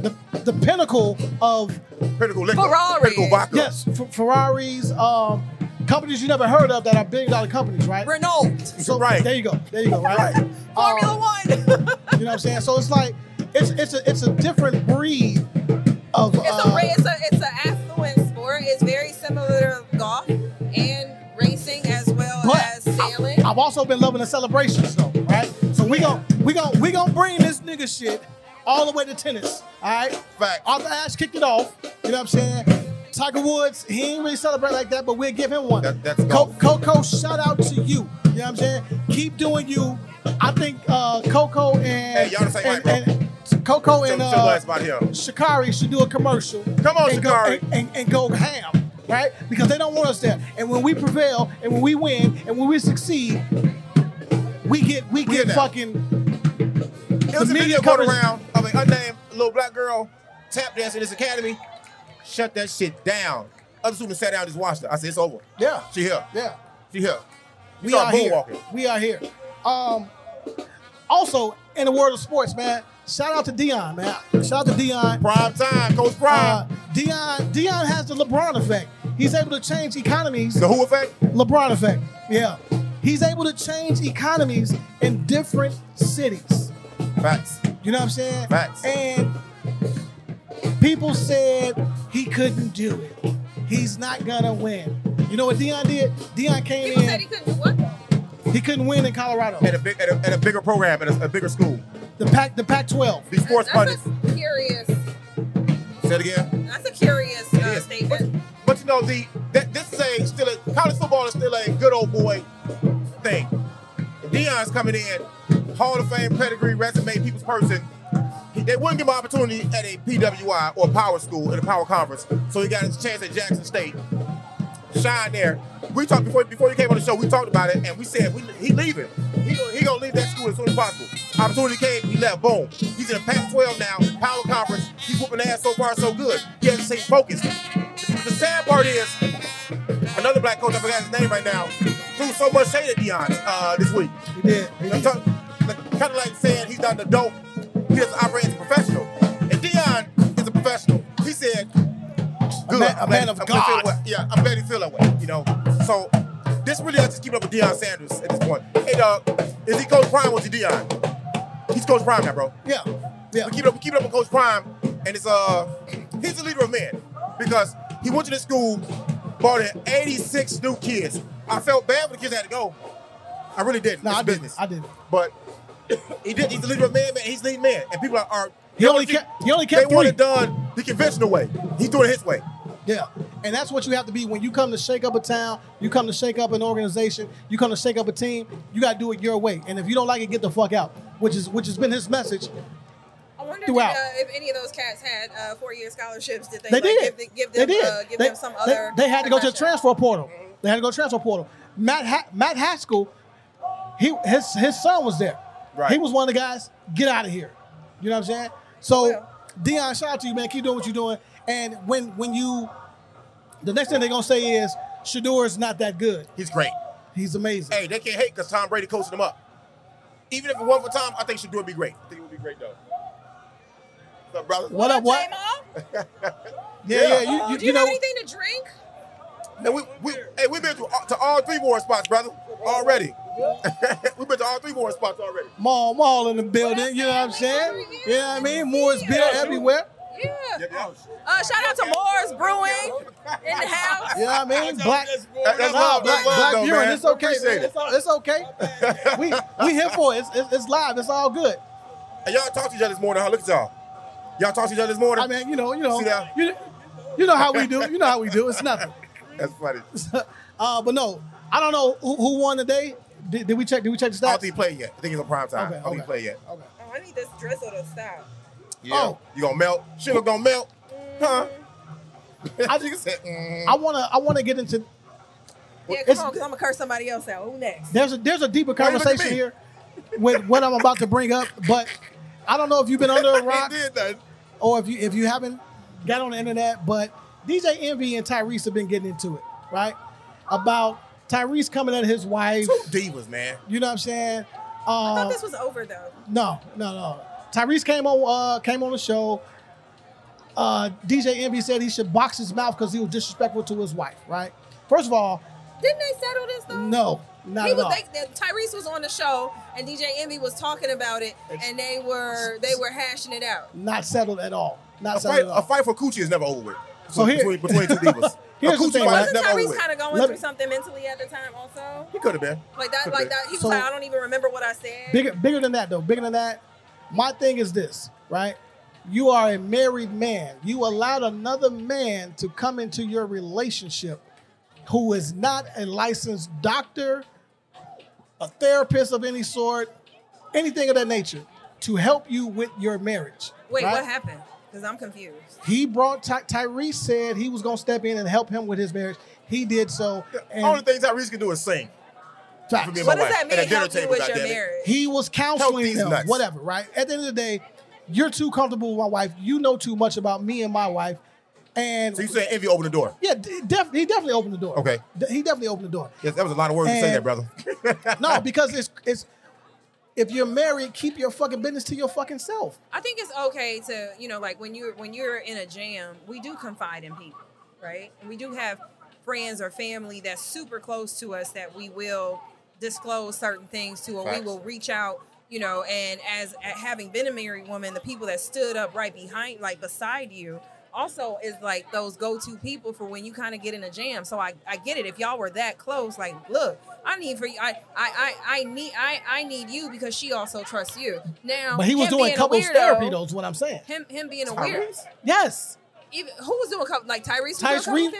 The, the pinnacle of
Pinnacle liquor.
Ferrari.
Pinnacle vodka.
yes, F- Ferraris, um, companies you never heard of that are billion dollar companies, right?
Renault,
So
Right.
there you go, there you go, right?
Formula
Oh.
Um,
One.
You know what I'm saying? So it's like it's it's a it's a different breed of
it's
uh,
a race. It's a it's an affluent sport. It's very similar to golf and racing as well
But
as sailing.
I've also been loving the celebrations though, right? So we gon' we gon' we gon' bring this nigga shit all the way to tennis, all right?
Fact.
Arthur Ashe kicked it off. You know what I'm saying? Tiger Woods, he ain't really celebrate like that, but we'll give him one.
That- that's
Co-
golf.
Coco, shout out to you. You know what I'm saying? Keep doing you. I think uh, Coco and,
Hey, y'all the same
and,
height, bro.
and Coco
Tell-
and
tell
uh,
us about him.
Shikari should do a commercial.
Come on,
and go-
Shikari.
and, and, and go ham, right? Because they don't want us there. And when we prevail, and when we win, and when we succeed, we get we
We in
get
there.
fucking
It was
The
a
media
video going
covers-
around of an unnamed little black girl tap dance in this academy, shut that shit down. Other students sat down and just watched it. I said, it's over.
Yeah.
She here.
Yeah.
She here.
We
Start
are here.
moonwalking.
We are here. Um, also, in the world of sports, man, shout out to Dion, man. Shout out to Dion.
Prime time, Coach Prime.
Uh, Dion, Dion has the LeBron effect. He's able to change economies.
the Who effect?
LeBron effect. Yeah. He's able to change economies in different cities.
Facts.
You know what I'm saying?
Facts.
And people said he couldn't do it. He's not gonna win. You know what Dion did? Dion came
People
in.
said he couldn't do what?
He couldn't win in Colorado.
At a big, at a, at a bigger program, at a, a bigger school.
The Pac, the Pac-12.
These sports
That's
pundits.
a curious.
Say it again.
That's a curious
It
uh,
is.
statement.
But you know, the that this is a still a college football is still a good old boy thing. Dion's coming in, Hall of Fame pedigree, resume, people's person. He- They wouldn't give him an opportunity at a PWI or power school in a power conference, so he got his chance at Jackson State. Shine there. We talked before before you came on the show. We talked about it, and we said we, he leaving. He gonna, he gonna leave that school as soon as possible. Opportunity came, he left. Boom. He's in a Pac-12 now, power conference. He's whooping ass so far, so good. He hasn't stayed focused. The sad part is, another black coach, I forgot his name right now, threw so much shade at Deion uh, this week.
He did. He
I'm
did.
talking, kind of like saying he's not an adult. He doesn't operate as a professional. And Deion is a professional. He said,
A man- a
I'm
man
glad-
of
I'm glad he
God.
feel that way. Yeah, I'm glad he feel that way, you know. So this really has to keep up with Deion Sanders at this point. Hey, dog, is he Coach Prime or is he Deion? He's Coach Prime now, bro.
Yeah. Yeah.
We keep it up, we keep it up with Coach Prime, and it's uh he's the leader of men because he went to the school, brought in 86 new kids. I felt bad for the kids that had to go. I really didn't.
No,
it's
I didn't.
business.
I didn't.
But he did. He's the leader of men, man. He's the leading man, and people are. are
He only kept- he only kept
They want it
three.
done the conventional way. He's doing it his way.
Yeah. And that's what you have to be when you come to shake up a town, you come to shake up an organization, you come to shake up a team, you gotta do it your way. And if you don't like it, get the fuck out. Which is which has been his message.
I wonder did, uh,
Throughout.
if any of those cats had uh, four-year scholarships. Did they,
They
like,
did.
give, the, give
They
them,
did.
Uh, give
They-
them some
they-
other?
They had to go to the
profession?
transfer portal. They had to go to transfer portal. Matt ha- Matt Haskell, he his his son was there.
Right.
He was one of the guys. Get out of here. You know what I'm saying? So,
Yeah.
Dion, shout out to you, man. Keep doing what you're doing. And when when you, the next thing they're gonna say is Shador is not that good.
He's great.
He's amazing.
Hey, they can't hate because Tom Brady coaching them up. Even if it wasn't for Tom, I think Shador would be great. I think it would be great though. What's up, brother?
What up? What?
J-Mo?
Yeah,
Yeah.
yeah. You, you,
do
you
you
know,
have anything to drink?
And we, we, hey, we've been to, all- to all three war spots, brother, already. we've been to all three war spots already.
mall, mall in the building. You know what I'm
Like,
saying?
everywhere.
You know what I mean? Moore's beer everywhere.
Yeah.
Yeah, yeah.
Uh, shout out to Moore's Brewing in the house.
You know what I mean? Black.
That- that's
Nah,
love.
black,
That's love,
black
though,
urine.
man.
It's okay.
Appreciate
Man.
it.
It's, all, it's okay. we we here for it. It's, it's, it's live. It's all good.
And y'all talk to each other this morning, huh? Look at y'all. Y'all talk to each other this morning.
I mean, you know, you know,
See that?
you, you know how we do. You know how we do. It's nothing.
that's funny.
Uh, but no, I don't know who, who won today. Did, did we check? Did we check the
I don't
stats?
think he played yet. I think he's on prime time.
Okay,
I don't think
okay.
he played yet.
Okay.
Oh, I need this drizzle to stop.
Yeah.
Oh.
You gonna melt? She look gonna melt. Huh?
I-
She said, mm.
I wanna I wanna get into
Yeah,
It's-
come on, because I'm going to curse somebody else out. Who next?
there's a there's a deeper
Why you look at
conversation
me?
here with what I'm about to bring up, but I don't know if you've been under a rock
He did that.
or if you if you haven't got on the internet, but DJ Envy and Tyrese have been getting into it, right? About Tyrese coming at his wife.
Two divas, man.
You know what I'm saying?
I
Uh,
thought this was over, though.
no, no, no. Tyrese came on uh, came on the show. Uh, DJ Envy said he should box his mouth because he was disrespectful to his wife, right? First of all,
Didn't they settle this, though?
no, not
He
at
was,
all.
they, that- Tyrese was on the show, and DJ Envy was talking about it, and they were they were hashing it out.
not settled at all. Not
A
settled
fight,
at all.
a fight for coochie is never over with.
So here-
between, between two divas,
Here's
a
the
coochie
thing,
fight
right?
is
Wasn't
never over
Tyrese
with.
kind of going
Let
through
me-
something mentally at the time, also?
He could have been.
Like that,
Could've
like
been.
that. He was
So-
like, I don't even remember what I said.
bigger bigger than that though bigger than that my thing is this right you are a married man you allowed another man to come into your relationship who is not a licensed doctor a therapist of any sort anything of that nature to help you with your marriage
Wait,
right?
what happened? Because I'm confused.
he brought Ty- Tyrese said he was going to step in and help him with his marriage. He did so. And
Only thing Tyrese can do is sing.
facts.
for me, my
What does
wife
that
at a
mean?
dinner
Help you
table,
with your
goddammit.
marriage?
He was
Help
counseling
these
them,
nuts.
whatever, right? At the end of the day, you're too comfortable with my wife. You know too much about me and my wife. And
So you said envy opened the door.
yeah, d- def- he definitely opened the door.
Okay.
D- he definitely opened the door.
Yes, that was a lot of words to say
And-
there, brother. Oh.
No, because it's it's if you're married, keep your fucking business to your fucking self.
I think it's okay to, you know, like when you're when you're in a jam, we do confide in people, right? And we do have friends or family that's super close to us that we will disclose certain things to, or we
Facts.
will reach out, you know. And as at having been a married woman, the people that stood up right behind, like beside you, also is like those go-to people for when you kind of get in a jam. So I, I get it. If y'all were that close, like, look, I need for you, I, I, I, I need, I, I need you because she also trusts you. Now,
But he was
Oh, him
doing
being a
couples
weirdo-
therapy, though. Is what I'm saying.
Him, him being a weird.
Yes,
Even, who was doing couple like Tyrese?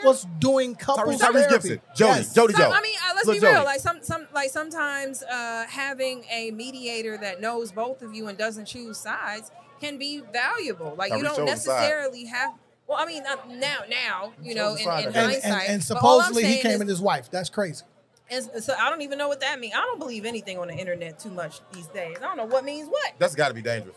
Was doing couples
Tyrese
therapy?
Tyrese,
was doing couples
Tyrese
therapy.
Gibson, Jody,
Yes.
Jody Joe.
Some, I mean, uh, let's
Look,
be real.
Jody.
Like some, some, like sometimes uh, having a mediator that knows both of you and doesn't choose sides can be valuable. Like
Tyrese
you don't
Joe was side.
necessarily have. Well, I mean, not now, now you
Joe
know,
was
in,
side
in
of that.
And,
hindsight.
and, and
But all I'm
supposedly he
saying
came
is-
in his wife. That's crazy.
is- so I don't even know what that means. I don't believe anything on the internet too much these days. I don't know what means what.
That's got to be dangerous.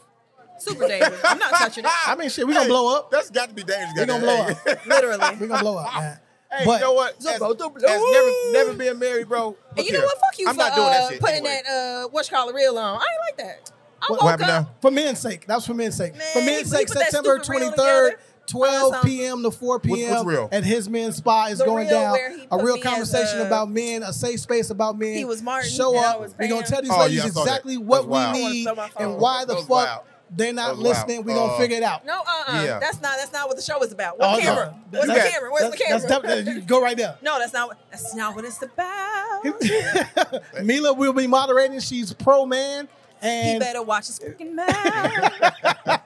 Super dangerous. I'm not touching it.
I mean, shit, we gonna blow up.
That's got to be dangerous.
We gonna blow
goddamn.
up.
Literally.
We gonna blow up, man.
Hey, you
but
know what?
It's
As,
about to
as
blow.
never, never being married, bro.
And
Look
you know
here.
what? Fuck you
I'm
for
not doing
uh,
that shit.
putting
anyway.
that uh, what you call it real on. I ain't like that. I
What-
woke
what happened
up.
now?
for men's sake, that's for men's sake.
Man,
for men's
he
sake,
put that
September
stupid reel
23rd,
together.
12
Awesome.
p.m. to 4
what's
p.m.
real?
at his men's spa is
The
going
reel
down.
where he
A
put
real
me as
conversation
a-
about men, a safe space about men.
He was Martin
Show
and I
up.
was
We're gonna
Pam.
tell these
Oh,
ladies
yeah, I saw that.
exactly
That's
what
wild. I
we
wanna
need
throw my phone.
and why the
That was
fuck
wild.
they're
That
not
was wild.
listening. We're gonna
Uh,
figure it out.
No, uh, uh
Yeah.
that's not that's not what the show is about. What
Oh, no.
camera? Where's
That's-
the camera? Where's the
that's-
camera?
that's definitely- you go right there.
no, that's not what that's not what it's about.
Mila will be moderating. She's pro man.
he
And
better watch his freaking mouth. Uh,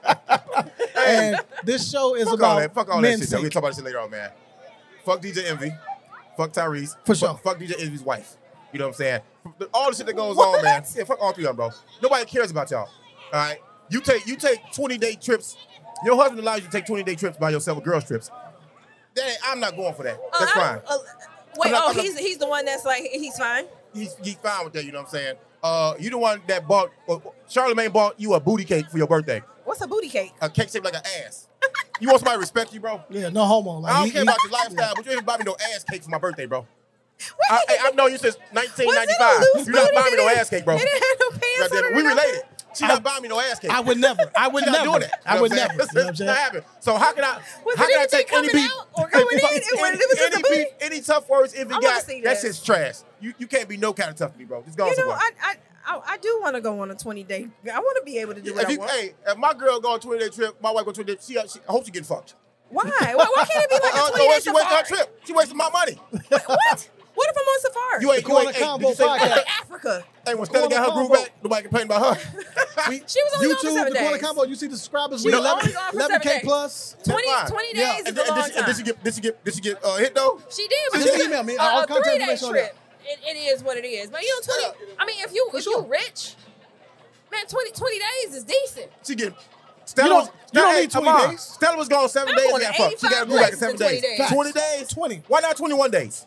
and this show is
Fuck
about
all that. Fuck all that
men's
shit. though. We'll
sake.
talk about this shit later on, man. Fuck DJ Envy. Fuck Tyrese.
For
fuck,
sure.
Fuck DJ Envy's wife. You know what I'm saying? All the shit that goes on, man. Yeah, fuck all three of them, bro. Nobody cares about y'all. All right. You take you take 20 day trips. Your husband allows you to take 20 day trips by yourself or girls trips. That, I'm not going for that. That's
Uh, I
fine.
don't- uh, wait,
I'm not-
oh,
I'm not-
he's he's the one that's like he's fine.
he's, he's fine with that. You know what I'm saying? Uh, you the one that bought uh, Charlemagne bought you a booty cake for your birthday,
What's a booty cake?
a cake shaped like an ass. You want somebody to respect you, bro?
Yeah, no homo. Like,
I don't
he-
care
he-
about your lifestyle, but you ain't buy me no ass cake for my birthday, bro.
Wait,
I, hey, I've known you since
was it a
1995.
loose
You not
booty?
buying me no
Did it-
ass cake, bro.
It didn't have no pants
Goddamn
on
it,
it
we
or nothing?
related. She not buying me no ass cake.
I would never. I would
She not
never.
doing that. You know
I would
what I'm
never.
saying?
You know what I'm
It's
saying?
not happening. So how can I?
Was
how can
it
I
anything
take any
coming
beef?
out or going
if I-
in? It was- it was just
any
a
beef, any tough words? If
I
you
wanna
got
see
that
this.
shit's trash. You you can't be no kind of tough to me, bro. Just go on
You know,
somewhere.
I I I, I do want to go on a twenty day. I want to be able to do what
If
I
you,
want.
hey, if my girl go on twenty day trip, my wife go twenty day. She, she I hope she get fucked.
Why? why? Why can't it be like
Uh,
a
no,
twenty
way
day
she wasting her
safari?
trip. She wasting my money.
What? What if I'm on safari?
You ain't you
Corner
ain't. Hey, did
combo
you say,
podcast.
hey,
like Africa.
when Stella got her groove back, nobody complained about her.
We-
She was only gone for
YouTube,
seven
the Corner
days.
Combo. You see the subscribers.
She
We
was
11,
only gone for
11K
seven
plus.
20,
That's fine.
20 days
Yeah.
is
And
a
then- and
long
then she- and
time.
then she get did she get did she get uh, hit though?
She did, but
She
it's
did
a-
email me.
a-
I'll
a
contact
three day
information on
trip. It, it is what it is. But you know,
Yeah.
twenty. I mean, if you if
sure.
you rich, man, 20, 20 days is decent.
She get. Stella
You don't-
was,
you don't
hey,
need 20
Amar,
days.
Stella was gone seven
I'm
days. and
going
got
to
fucked. She
85
got to go back in
places
seven
in 20
days.
days.
Twenty days.
20.
Why not twenty one days?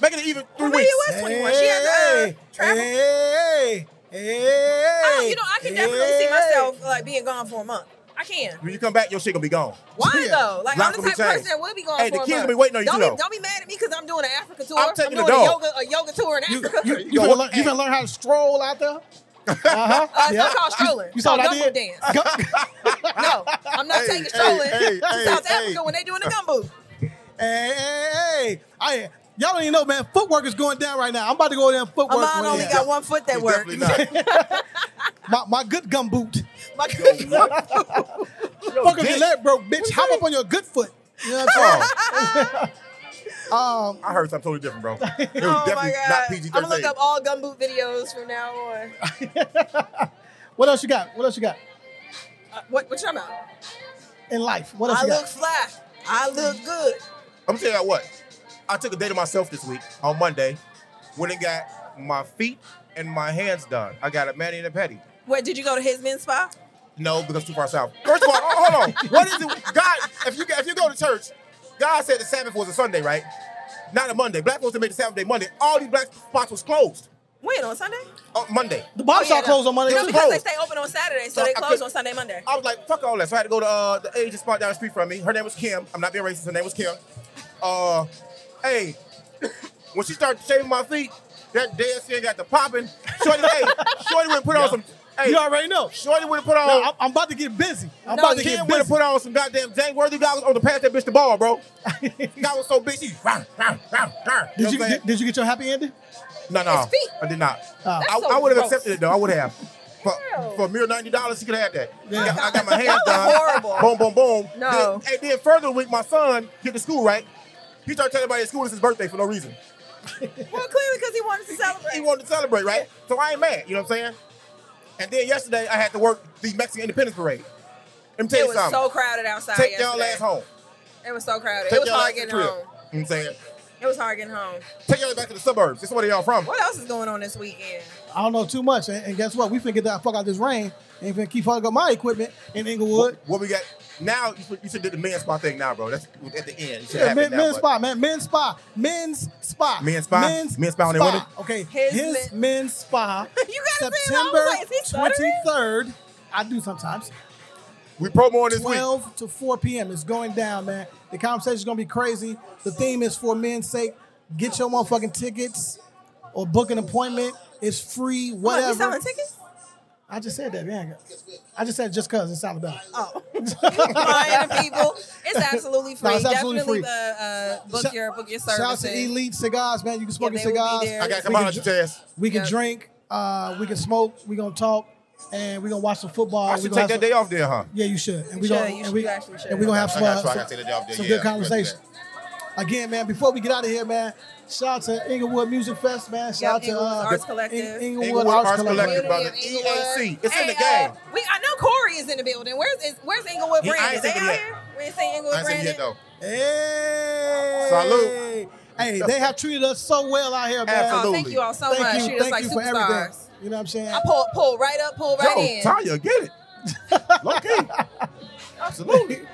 Make it even three
Well, maybe
weeks.
it was 21. She had to, uh, travel.
Hey, hey.
I don't, you know, I can definitely see
hey.
myself like being gone for a month. I can.
When you come back, your shit gonna be gone.
Why
Yeah.
though? Like
Life
I'm
gonna
the type
be
of person
changed.
that will be gone
Hey,
for
the
a
kids
month.
gonna be waiting on you,
don't,
too,
Be,
though.
don't be mad at me because I'm doing an Africa tour.
I'm taking the
doing a
dog.
yoga a yoga tour in Africa.
You,
You
you,
go-
finna learn, you finna learn how to stroll out there?
Uh,
Uh-huh.
it's not called strolling.
You saw what I
It's called
did?
gumbo
Go-
no, I'm not
Hey,
taking
hey,
strolling
hey,
to
hey,
South
hey.
Africa when they doing the gumbo.
Hey, hey, hey. I, y'all don't even know, man. Footwork is going down right now. I'm about to go there and footwork.
Amon
with
only
it.
got one foot that
It's
works.
definitely not.
my, my good gum boot.
My Oh, goodness.
Fuck if your
dick.
leg broke, bitch. Hop up on your good foot. You know what I'm saying?
Oh. Um, I heard something totally different, bro. It was
Oh my
definitely
god!
not PG
I'm gonna look up
thirteen.
all gumboot videos from now on.
What else you got? What else you got
Uh, what what you talking about?
in life? What else
I
you
look
got?
fly. I look good.
I'm gonna tell you what. I took a day to myself this week on Monday. Went and got my feet and my hands done. I got a mani and a pedi.
Wait, did you go to his men's spa?
No, because too far south. First of all, oh, hold on. What is it? God, if you if you go to church, God said the Sabbath was a Sunday, right? Not a Monday. Black folks that made the Sabbath day Monday. All these black spots was closed.
When on Sunday?
Oh, Monday.
The bomb
yeah,
shop closed on Monday.
No,
It was
because
closed.
they stay open on Saturday, so,
So
they
I
close
could-
on Sunday, Monday.
I was like, fuck all that. So I had to go to uh, the Asian spot down the street from me. Her name was Kim. I'm not being racist. Her name was Kim. Uh, hey, when she started shaving my feet, that dead skin got to popping. Shorty, hey, Shorty went put on some. Hey,
you already know.
Shorty went put on.
No, I'm, I'm about to get busy. I'm
No,
about to
you
Kim
get
would have
busy.
put on some goddamn James Worthy goggles on the pass that bitch the ball, bro. guy was so bitchy. Did you,
Did you, did, did you get your happy ending?
No, no.
His feet.
I did not.
Oh.
I,
That's so
I would have
gross.
accepted it though. I would have. For,
Ew.
for a mere ninety dollars, she could have had that. I,
Yeah.
got, I got my hands done.
horrible.
Boom, boom, boom.
No.
Then, and then further week, my son get to school right. He started telling everybody at school it's his birthday for no reason.
Well, clearly because he wanted to celebrate.
He wanted to celebrate, right? So I ain't mad. You know what I'm saying? And then yesterday, I had to work the Mexican Independence Parade. Let me tell
it
you
was
something.
so crowded outside.
Take
yesterday.
y'all ass home.
It was so crowded.
Take
it was
y'all
hard
ass to
getting
the crib.
home.
You know what I'm saying?
It was hard getting home.
Take y'all back to the suburbs. That's where y'all from.
What else is going on this weekend?
I don't know too much. And, and guess what? We finna get that fuck out this rain. And finna keep fucking up my equipment in Inglewood.
What we got now? You should, you should do the men's spot thing now, bro. That's at the end. You should
Yeah,
have
men,
it now,
men's
but-
spa, man. Men's spa. Men's spa.
Men's spa?
Men's,
Men's spa when they win it?
Okay. His,
His men-
men's spa.
You gotta say it. I was
September
like, is he stuttering?
23rd. I do sometimes.
We promoing this week.
12 to 4 p.m. It's going down, man. The conversation's going to be crazy. The theme is for men's sake. Get your motherfucking tickets or book an appointment. It's free,
Come on,
whatever.
you selling tickets?
I just said that, man. I just said just because it sounded better.
Oh, lying to people. It's absolutely free.
it's absolutely
Definitely
free.
The, uh, book
Shout-
your book your services.
Shout out to Elite Cigars, man. You can smoke
Yeah,
your
they will
cigars.
be there.
I got
We
come out
can-
your chest.
We can
Yeah.
drink. Uh, we can smoke. We gonna talk, and we gonna watch some football.
I
Oh, we
should
gonna
take that
have
day
some-
off there, huh?
Yeah, you should. And
You
we
should.
gonna
You
and
should.
we,
You actually should.
and we gonna have
I
some,
got
uh,
you. I
some,
got to take that day off there.
some
Yeah,
good
we gotta do
conversation. Again, man. Before we get out of here, man. Shout out to Inglewood Music Fest, man. Shout
Yep,
out to
Inglewood
uh,
Arts Collective.
Inglewood,
Inglewood
Arts,
Arts
Collective.
Collective. brother.
Community of
EAC.
Inglewood.
E It's in the
Hey, uh,
game.
we I know Corey is in the building. Where's is where's Inglewood
Yeah, I
Brandon?
ain't
They
seen
out
him yet.
here? We ain't seen Inglewood
I ain't seen it
Brandon.
yet though.
Hey,
Salute.
Hey, they have treated us so well out here, man.
Oh,
Absolutely.
thank you all so
Thank
much.
you,
Treat us
thank
like
you for everything.
superstars.
You know what I'm saying?
I pull pull right up, pull right in.
Yo, Tanya, get it. Low key. Absolutely. Fine.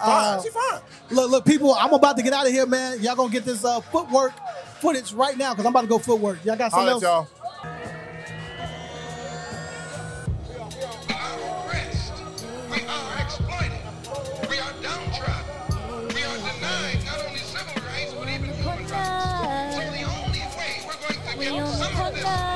Uh,
she fine.
Look, look, people, I'm about to get out of here, man. Y'all gonna get this uh, footwork footage right now because I'm about to go footwork. Y'all got
All
something
right,
else?
y'all.
We are oppressed. We are exploited. We are downtrodden. We are denied not only civil rights, but even human rights. So the only way we're going to get some of this